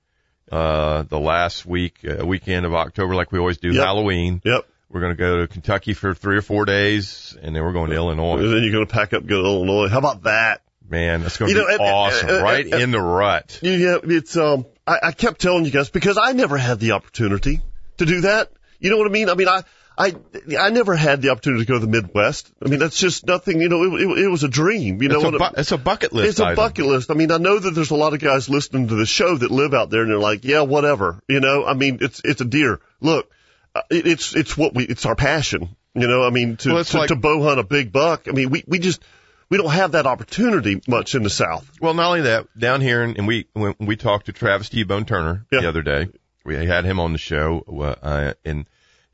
Speaker 5: uh the last week uh, weekend of October, like we always do
Speaker 3: Yep.
Speaker 5: Halloween.
Speaker 3: Yep.
Speaker 5: We're going to go to Kentucky for three or four days, and then we're going to Illinois.
Speaker 3: And then you're gonna pack up, go to Illinois. How about that?
Speaker 5: Man, that's going to
Speaker 3: You know,
Speaker 5: be
Speaker 3: and- and-
Speaker 5: awesome,
Speaker 3: and-
Speaker 5: right
Speaker 3: and-
Speaker 5: in the rut.
Speaker 3: Yeah, yeah, it's um. I, I kept telling you guys because I never had the opportunity to do that. You know what I mean? I mean, I I I never had the opportunity to go to the Midwest. I mean, that's just nothing. You know, it, it, it was a dream. You know,
Speaker 5: It's a,
Speaker 3: what
Speaker 5: bu- it's a bucket list.
Speaker 3: it's a
Speaker 5: item.
Speaker 3: bucket list. I mean, I know that there's a lot of guys listening to the show that live out there and they're like, yeah, whatever. You know, I mean, it's it's a deer. Look, uh, it, it's it's what we it's our passion. You know, I mean, to
Speaker 5: Well, it's
Speaker 3: to,
Speaker 5: like-
Speaker 3: to bow hunt a big buck. I mean, we we just we don't have that opportunity much in the South.
Speaker 5: Well, not only that, down here, and, and we when we talked to Travis D. Bone Turner the
Speaker 3: Yeah.
Speaker 5: other day. We had him on the show, uh, uh, and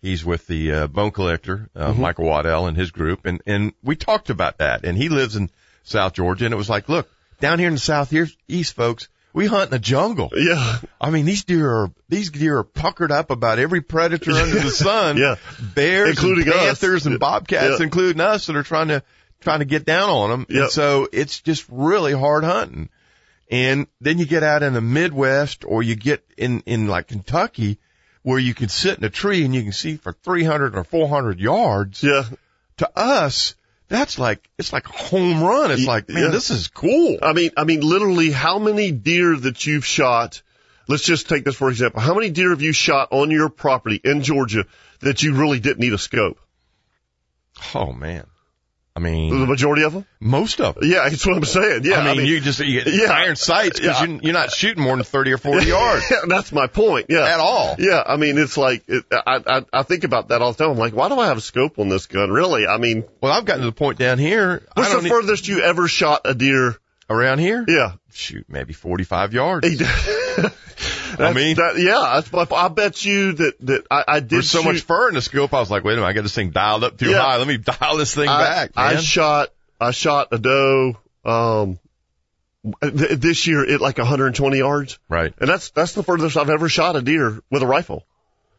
Speaker 5: he's with the uh, Bone Collector, uh, Michael Waddell, and his group, and and we talked about that. And he lives in South Georgia, and it was like, look, down here in the South here, East, folks, we hunt in the jungle.
Speaker 3: Yeah.
Speaker 5: I mean, these deer are these deer are puckered up about every predator under the sun.
Speaker 3: Yeah.
Speaker 5: bears,
Speaker 3: Including
Speaker 5: and
Speaker 3: us.
Speaker 5: panthers, and bobcats,
Speaker 3: Yeah.
Speaker 5: including us, that are trying to trying to get down on them.
Speaker 3: Yep.
Speaker 5: And so it's just really hard hunting. And then you get out in the Midwest, or you get in in like Kentucky, where you can sit in a tree and you can see for three hundred or four hundred yards.
Speaker 3: Yeah.
Speaker 5: To us, That's like it's like a home run. It's like man,
Speaker 3: yeah.
Speaker 5: this is cool.
Speaker 3: I mean, I mean, literally, how many deer that you've shot? Let's just take this for example. How many deer have you shot on your property in Georgia that you really didn't need a scope?
Speaker 5: Oh man, I
Speaker 3: The
Speaker 5: mean
Speaker 3: majority of them.
Speaker 5: most of them.
Speaker 3: Yeah, that's what I'm saying. Yeah,
Speaker 5: I, mean, you just you get
Speaker 3: Yeah.
Speaker 5: iron sights because
Speaker 3: Yeah.
Speaker 5: you, you're not shooting more than thirty or forty yards
Speaker 3: Yeah, that's my point. Yeah,
Speaker 5: at all.
Speaker 3: Yeah, I mean, it's like it, I, I I think about that all the time. I'm like, why do I have a scope on this gun? Really? I mean,
Speaker 5: Well, I've gotten to the point down here. I
Speaker 3: what's the
Speaker 5: don't e- need-
Speaker 3: furthest you ever shot a deer?
Speaker 5: around here?
Speaker 3: Yeah,
Speaker 5: Shoot, maybe forty-five yards.
Speaker 3: That's-
Speaker 5: mean-
Speaker 3: that, yeah, that's my, I bet you that that I, I did
Speaker 5: There's so much
Speaker 3: shoot-
Speaker 5: fur in the scope. I was like, wait a minute, I got this thing dialed up too
Speaker 3: Yeah.
Speaker 5: high. Let me dial this thing
Speaker 3: I,
Speaker 5: back, man.
Speaker 3: I shot I shot a doe um th- this year at like 120 yards,
Speaker 5: right.
Speaker 3: and that's that's the furthest I've ever shot a deer with a rifle.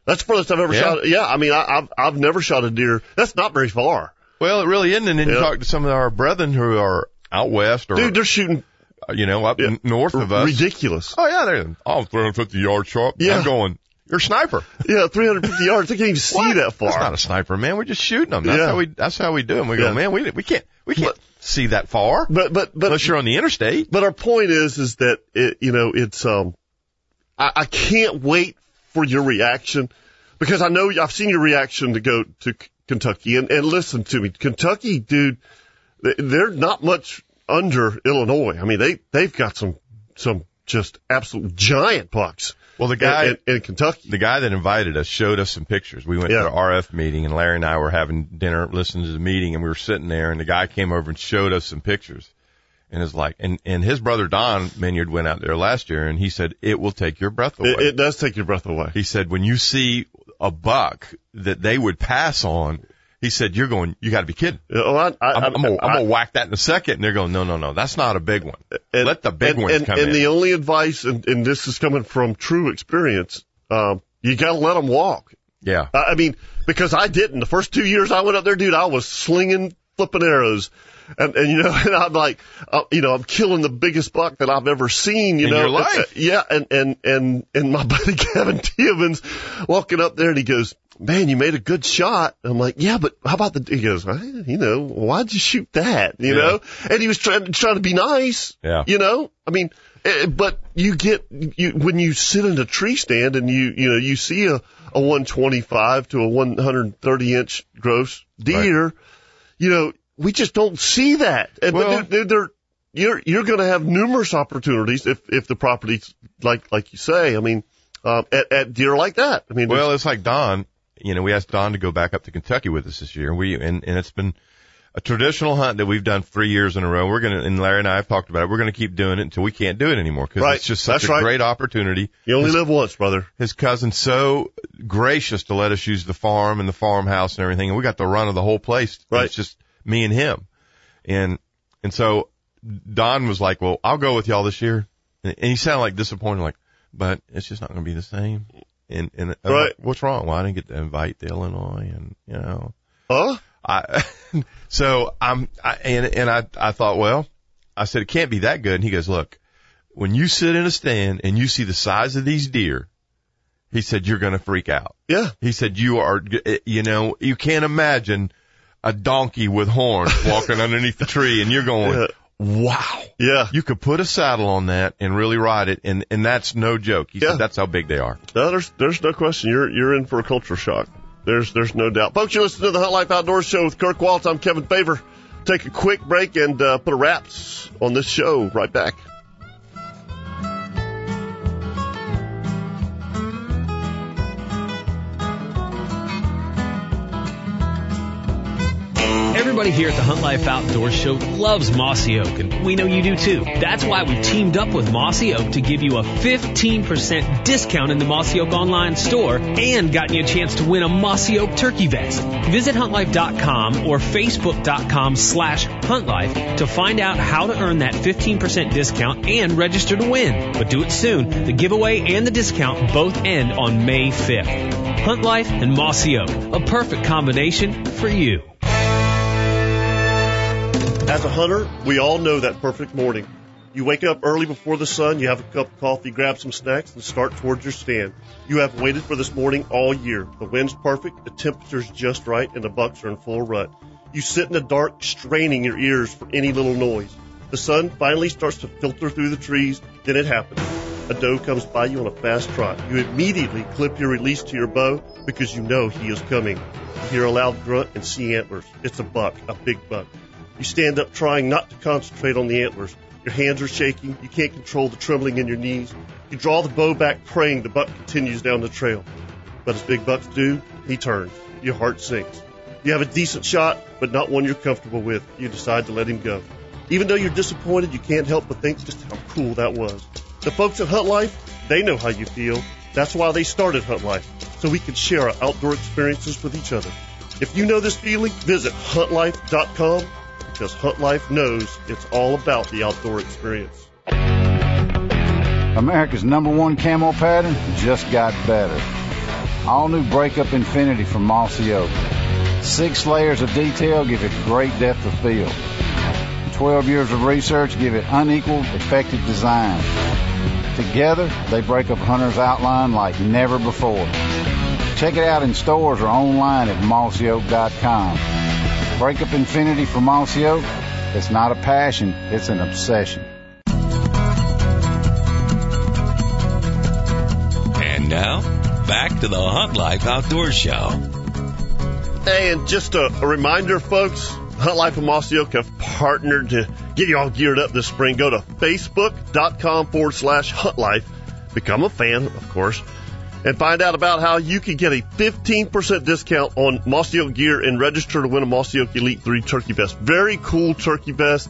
Speaker 3: That's the furthest I've ever
Speaker 5: Yeah.
Speaker 3: shot. Yeah, I mean, I, I've I've never shot a deer. That's not very far,
Speaker 5: Well, it really isn't. And then
Speaker 3: Yeah.
Speaker 5: you talk to some of our brethren who are out west or
Speaker 3: dude. They're shooting
Speaker 5: you know up n- north of us.
Speaker 3: ridiculous.
Speaker 5: Oh yeah, they're oh 350 yard shot.
Speaker 3: Yeah.
Speaker 5: I'm going. You're a sniper.
Speaker 3: Yeah, 350 yards. They can't even see that
Speaker 5: That's
Speaker 3: far.
Speaker 5: not a sniper, man. We're just shooting them. That's
Speaker 3: Yeah.
Speaker 5: how we. That's how we do them. We
Speaker 3: Yeah.
Speaker 5: go, man. We we can't we can't see that far
Speaker 3: But but but
Speaker 5: unless you're on the interstate.
Speaker 3: but our point is is that it you know it's um I, I can't wait for your reaction because I know I've seen your reaction to go to K- Kentucky and and listen to me Kentucky dude they- they're not much under Illinois I mean they they've got some some just absolute giant bucks
Speaker 5: Well, the
Speaker 3: in,
Speaker 5: guy
Speaker 3: in, in Kentucky
Speaker 5: the guy that invited us showed us some pictures. We went
Speaker 3: Yeah.
Speaker 5: to an RF meeting and Larry and I were having dinner, listening to the meeting and we were sitting there and the guy came over and showed us some pictures and is like, and, and his brother Don Minyard went out there last year and he said, it will take your breath away.
Speaker 3: it, it does take your breath away
Speaker 5: he said, when you see a buck that they would pass on, he said, you're going, you gotta be kidding.
Speaker 3: oh, I, I,
Speaker 5: I'm, I'm, gonna,
Speaker 3: I-
Speaker 5: I'm gonna whack that in a second. And they're going, no, no, no, that's not a big one.
Speaker 3: And-
Speaker 5: Let the big
Speaker 3: and,
Speaker 5: ones
Speaker 3: and,
Speaker 5: come
Speaker 3: and
Speaker 5: in.
Speaker 3: the only advice, and, and this is coming from true experience, um, you got to let them walk.
Speaker 5: yeah.
Speaker 3: I I mean, because I didn't. The first two years I went up there, dude, I was slinging flipping arrows. And, and you know, and I'm like, uh, you know, I'm killing the biggest buck that I've ever seen, you
Speaker 5: In
Speaker 3: know.
Speaker 5: your life.
Speaker 3: Uh, yeah. And, and, and, and my buddy Kevin Tibbins walking up there and he goes, man, you made a good shot. I'm like, yeah, but how about the, he goes, "I- you know, why'd you shoot that? You
Speaker 5: Yeah.
Speaker 3: know, and he was trying, trying to be nice.
Speaker 5: Yeah.
Speaker 3: You know, I mean, eh, but you get you when you sit in a tree stand and you you know you see a a 125 to a 130 inch gross deer, you know, we just don't see that. And
Speaker 5: Well-
Speaker 3: but they're, they're, they're you're you're going to have numerous opportunities if if the property's like like you say. I mean, um, at at deer like that. I mean,
Speaker 5: Well, it's like Don. You know, we asked Don to go back up to Kentucky with us this year. We and and it's been a traditional hunt that we've done three years in a row. We're gonna and Larry and I have talked about it. We're gonna keep doing it until we can't do it anymore because
Speaker 3: Right.
Speaker 5: it's just such
Speaker 3: That's
Speaker 5: a
Speaker 3: right.
Speaker 5: great opportunity.
Speaker 3: you only live once, brother.
Speaker 5: His cousin so gracious to let us use the farm and the farmhouse and everything, and we got the run of the whole place.
Speaker 3: Right.
Speaker 5: It's just me and him, and and so Don was like, "Well, I'll go with y'all this year," and and he sounded like disappointed, like, "But it's just not going to be the same." And and I'm
Speaker 3: Right.
Speaker 5: like, what's wrong? Well, I didn't get to invite the Illinois, and you know,
Speaker 3: Huh?
Speaker 5: I so I'm I, and and I I thought, well, I said it can't be that good, and he goes, look, when you sit in a stand and you see the size of these deer, he said you're going to freak out.
Speaker 3: Yeah.
Speaker 5: He said, "You are, you know, you can't imagine a donkey with horns walking underneath the tree, and you're going,
Speaker 3: Yeah.
Speaker 5: wow,
Speaker 3: Yeah.
Speaker 5: you could put a saddle on that and really ride it, and and that's no joke." He
Speaker 3: Yeah.
Speaker 5: said, "That's how big they are."
Speaker 3: No, there's there's no question. You're you're in for a culture shock. There's there's no doubt. Folks, you listen to the Hunt Life Outdoors Show with Kirk Waltz. I'm Kevin Favor. Take a quick break and uh, put a wraps on this show. Right back.
Speaker 9: Everybody here at the Hunt Life Outdoor Show loves Mossy Oak, and we know you do too. That's why we teamed up with Mossy Oak to give you a 15% discount in the Mossy Oak online store and gotten you a chance to win a Mossy Oak turkey vest. Visit huntlife.com or facebook.com slash huntlife to find out how to earn that 15% discount and register to win. But do it soon. The giveaway and the discount both end on May 5th. Hunt Life and Mossy Oak, a perfect combination for you.
Speaker 3: As a hunter, we all know that perfect morning. You wake up early before the sun, you have a cup of coffee, grab some snacks, and start towards your stand. You have waited for this morning all year. The wind's perfect, the temperature's just right, and the bucks are in full rut. You sit in the dark, straining your ears for any little noise. The sun finally starts to filter through the trees. Then it happens. A doe comes by you on a fast trot. You immediately clip your release to your bow because you know he is coming. You hear a loud grunt and see antlers. It's a buck, a big buck. You stand up trying not to concentrate on the antlers. Your hands are shaking. You can't control the trembling in your knees. You draw the bow back praying the buck continues down the trail. But as big bucks do, he turns. Your heart sinks. You have a decent shot, but not one you're comfortable with. You decide to let him go. Even though you're disappointed, you can't help but think just how cool that was. The folks at Hunt Life, they know how you feel. That's why they started Hunt Life, so we can share our outdoor experiences with each other. If you know this feeling, visit huntlife.com because Hunt Life knows it's all about the outdoor experience.
Speaker 8: America's number one camo pattern just got better. All new Breakup Infinity from Mossy Oak. Six layers of detail give it great depth of field. Twelve years of research give it unequaled, effective design. Together, they break up Hunter's outline like never before. Check it out in stores or online at mossyoak.com. Breakup Infinity from Mossy Oak, it's not a passion, it's an obsession.
Speaker 2: And now, back to the Hunt Life Outdoor Show.
Speaker 3: Hey, and just a, a reminder, folks, Hunt Life and Mossy Oak have partnered to get you all geared up this spring. Go to facebook.com forward slash Hunt Life. Become a fan, of course, and find out about how you can get a 15% discount on Mossy Oak gear and register to win a Mossy Oak Elite 3 turkey vest. Very cool turkey vest.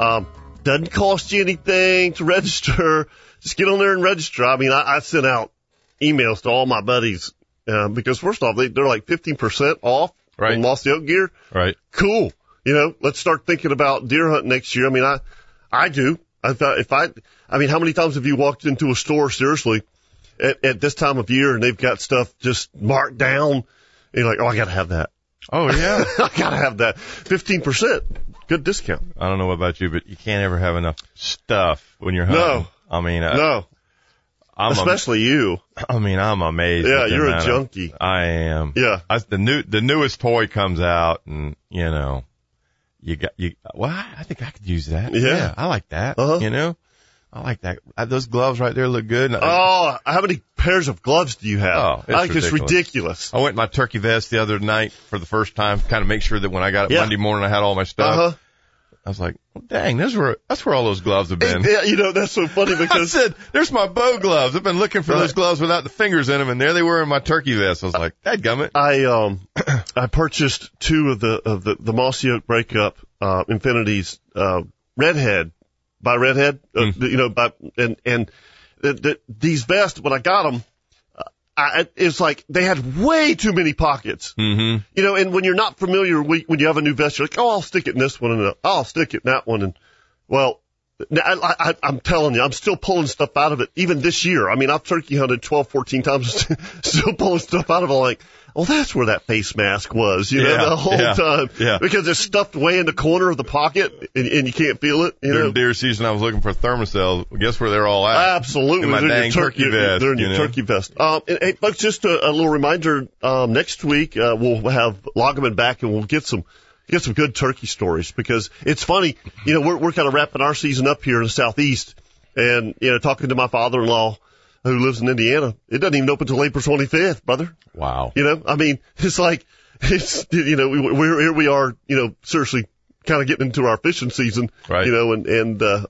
Speaker 3: Um, doesn't cost you anything to register. Just get on there and register. I mean, I, I sent out emails to all my buddies uh, because, first off, they, they're like 15% off
Speaker 5: Right.
Speaker 3: on Mossy Oak gear
Speaker 5: Right.
Speaker 3: cool. You know, let's start thinking about deer hunting next year. I mean, I, I do. I thought if I, I mean, how many times have you walked into a store seriously at, at this time of year and they've got stuff just marked down and you're like, oh, I gotta have that.
Speaker 5: Oh yeah.
Speaker 3: I gotta have that. 15%. Good discount.
Speaker 5: I don't know about you, but you can't ever have enough stuff when you're
Speaker 3: No.
Speaker 5: hunting. I mean, I,
Speaker 3: No,
Speaker 5: I'm
Speaker 3: especially you.
Speaker 5: A, I mean, I'm amazed.
Speaker 3: Yeah,
Speaker 5: at the
Speaker 3: you're a
Speaker 5: amount of-
Speaker 3: junkie.
Speaker 5: I am.
Speaker 3: Yeah.
Speaker 5: I, the new the newest toy comes out, and you know, you got you. Well, I, I think I could use that.
Speaker 3: Yeah.
Speaker 5: I like that.
Speaker 3: Uh-huh.
Speaker 5: You know, I like that. Uh, Those gloves right there look good. and I,
Speaker 3: Oh, how many pairs of gloves do you have?
Speaker 5: Oh, it's
Speaker 3: I think it's
Speaker 5: ridiculous.
Speaker 3: ridiculous.
Speaker 5: I went in my turkey vest the other night for the first time, kind of make sure that when I got up
Speaker 3: Yeah.
Speaker 5: Monday morning, I had all my
Speaker 3: Uh
Speaker 5: stuff.
Speaker 3: huh.
Speaker 5: I was like, well, dang, those were that's where all those gloves have been.
Speaker 3: Yeah, you know, that's so funny
Speaker 5: I
Speaker 3: because
Speaker 5: said, "There's my bow gloves. I've been looking for
Speaker 3: Right.
Speaker 5: those gloves without the fingers in them, and there they were in my turkey vest." I was like, "Dadgummit!"
Speaker 3: I um I purchased two of the of the the Mossy Oak breakup uh, Infinities uh, Redhead by Redhead uh,
Speaker 5: Mm-hmm.
Speaker 3: you know by and and the, the, these vests when I got them I, it's like they had way too many pockets
Speaker 5: Mm-hmm.
Speaker 3: you know and when you're not familiar we, when you have a new vest you're like oh I'll stick it in this one and I'll stick it in that one and well. I, I, I- I'm telling you, I'm still pulling stuff out of it, even this year. I mean, I've turkey hunted 12, 14 times, still pulling stuff out of it. Like, well, that's where that face mask was, you know,
Speaker 5: Yeah,
Speaker 3: the whole
Speaker 5: yeah,
Speaker 3: time.
Speaker 5: yeah.
Speaker 3: Because it's stuffed way in the corner of the pocket and, and you can't feel it, you know.
Speaker 5: During deer season, I was looking for thermocells. Guess where they're all at?
Speaker 3: Absolutely.
Speaker 5: In my
Speaker 3: They're in your
Speaker 5: dang
Speaker 3: turkey-
Speaker 5: turkey vest,
Speaker 3: They're in your
Speaker 5: you know.
Speaker 3: turkey vest. Um, and, hey, folks, just a, a little reminder, um, next week, uh, we'll have Loggerman back and we'll get some, get some good turkey stories because it's funny, you know, we're, we're kind of wrapping our season up here in the Southeast and, you know, talking to my father-in-law who lives in Indiana. It doesn't even open till April 25th, brother.
Speaker 5: wow.
Speaker 3: You know, I mean, it's like, it's, you know, we, we're, here we are, you know, seriously kind of getting into our fishing season,
Speaker 5: Right.
Speaker 3: you know, and, and, uh,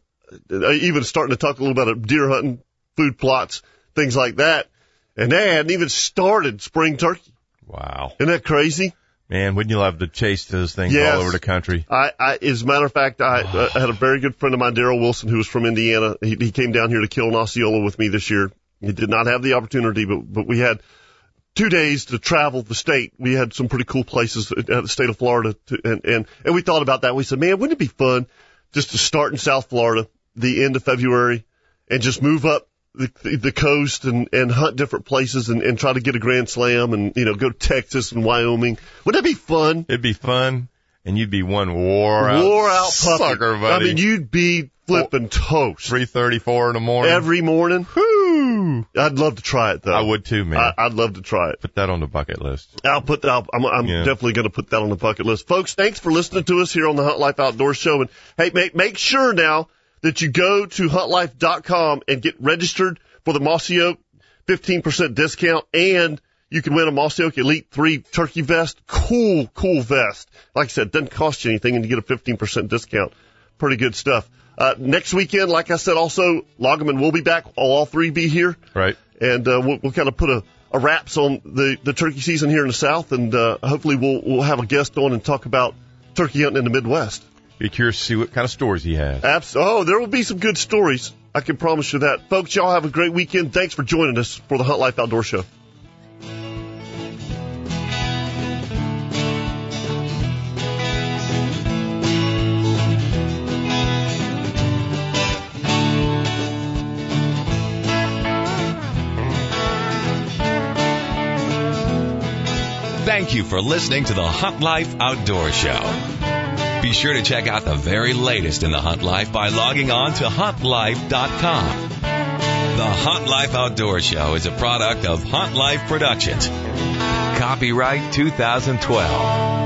Speaker 3: even starting to talk a little about deer hunting, food plots, things like that. And they hadn't even started spring turkey.
Speaker 5: Wow.
Speaker 3: Isn't that crazy?
Speaker 5: Man, wouldn't you love to chase those things
Speaker 3: Yes.
Speaker 5: all over the country?
Speaker 3: I, I, as a matter of fact, I, I had a very good friend of mine, Daryl Wilson, who was from Indiana. He, he came down here to kill an Osceola with me this year. He did not have the opportunity, but, but we had two days to travel the state. We had some pretty cool places at the state of Florida to, and, and, and we thought about that. We said, man, wouldn't it be fun just to start in South Florida the end of February and just move up the, the coast and, and hunt different places and, and try to get a grand slam and, you know, go to Texas and Wyoming. Wouldn't that be fun?
Speaker 5: It'd be fun, and you'd be one wore out,
Speaker 3: wore out puppy.
Speaker 5: sucker, buddy.
Speaker 3: I mean, you'd be flipping toast
Speaker 5: three thirty-four in the morning.
Speaker 3: every morning. Woo! I'd love to try it though.
Speaker 5: I would too, man.
Speaker 3: I, I'd love to try it.
Speaker 5: Put that on the bucket list.
Speaker 3: I'll put that. I'll- I'm, I'm
Speaker 5: Yeah.
Speaker 3: definitely going to put that on the bucket list, folks. Thanks for listening to us here on the Hunt Life Outdoor Show. And hey, make make sure now that you go to huntlife.com and get registered for the Mossy Oak 15% discount, and you can win a Mossy Oak Elite Three Turkey Vest. Cool, cool vest. Like I said, doesn't cost you anything, and you get a 15% discount. Pretty good stuff. Uh, next weekend, like I said, also Loggerman will be back. All, all three be here
Speaker 5: Right.
Speaker 3: and uh, we'll, we'll kind of put a, a wraps on the, the turkey season here in the South, and uh, hopefully we'll we'll have a guest on and talk about turkey hunting in the Midwest.
Speaker 5: Be curious to see what kind of stores he has.
Speaker 3: Abs- oh, there will be some good stories. I can promise you that, folks. Y'all have a great weekend. Thanks for joining us for the Hunt Life Outdoor Show.
Speaker 2: Thank you for listening to the Hunt Life Outdoor Show. Be sure to check out the very latest in the Hunt Life by logging on to huntlife.com. The Hunt Life Outdoor Show is a product of Hunt Life Productions. Copyright 2012.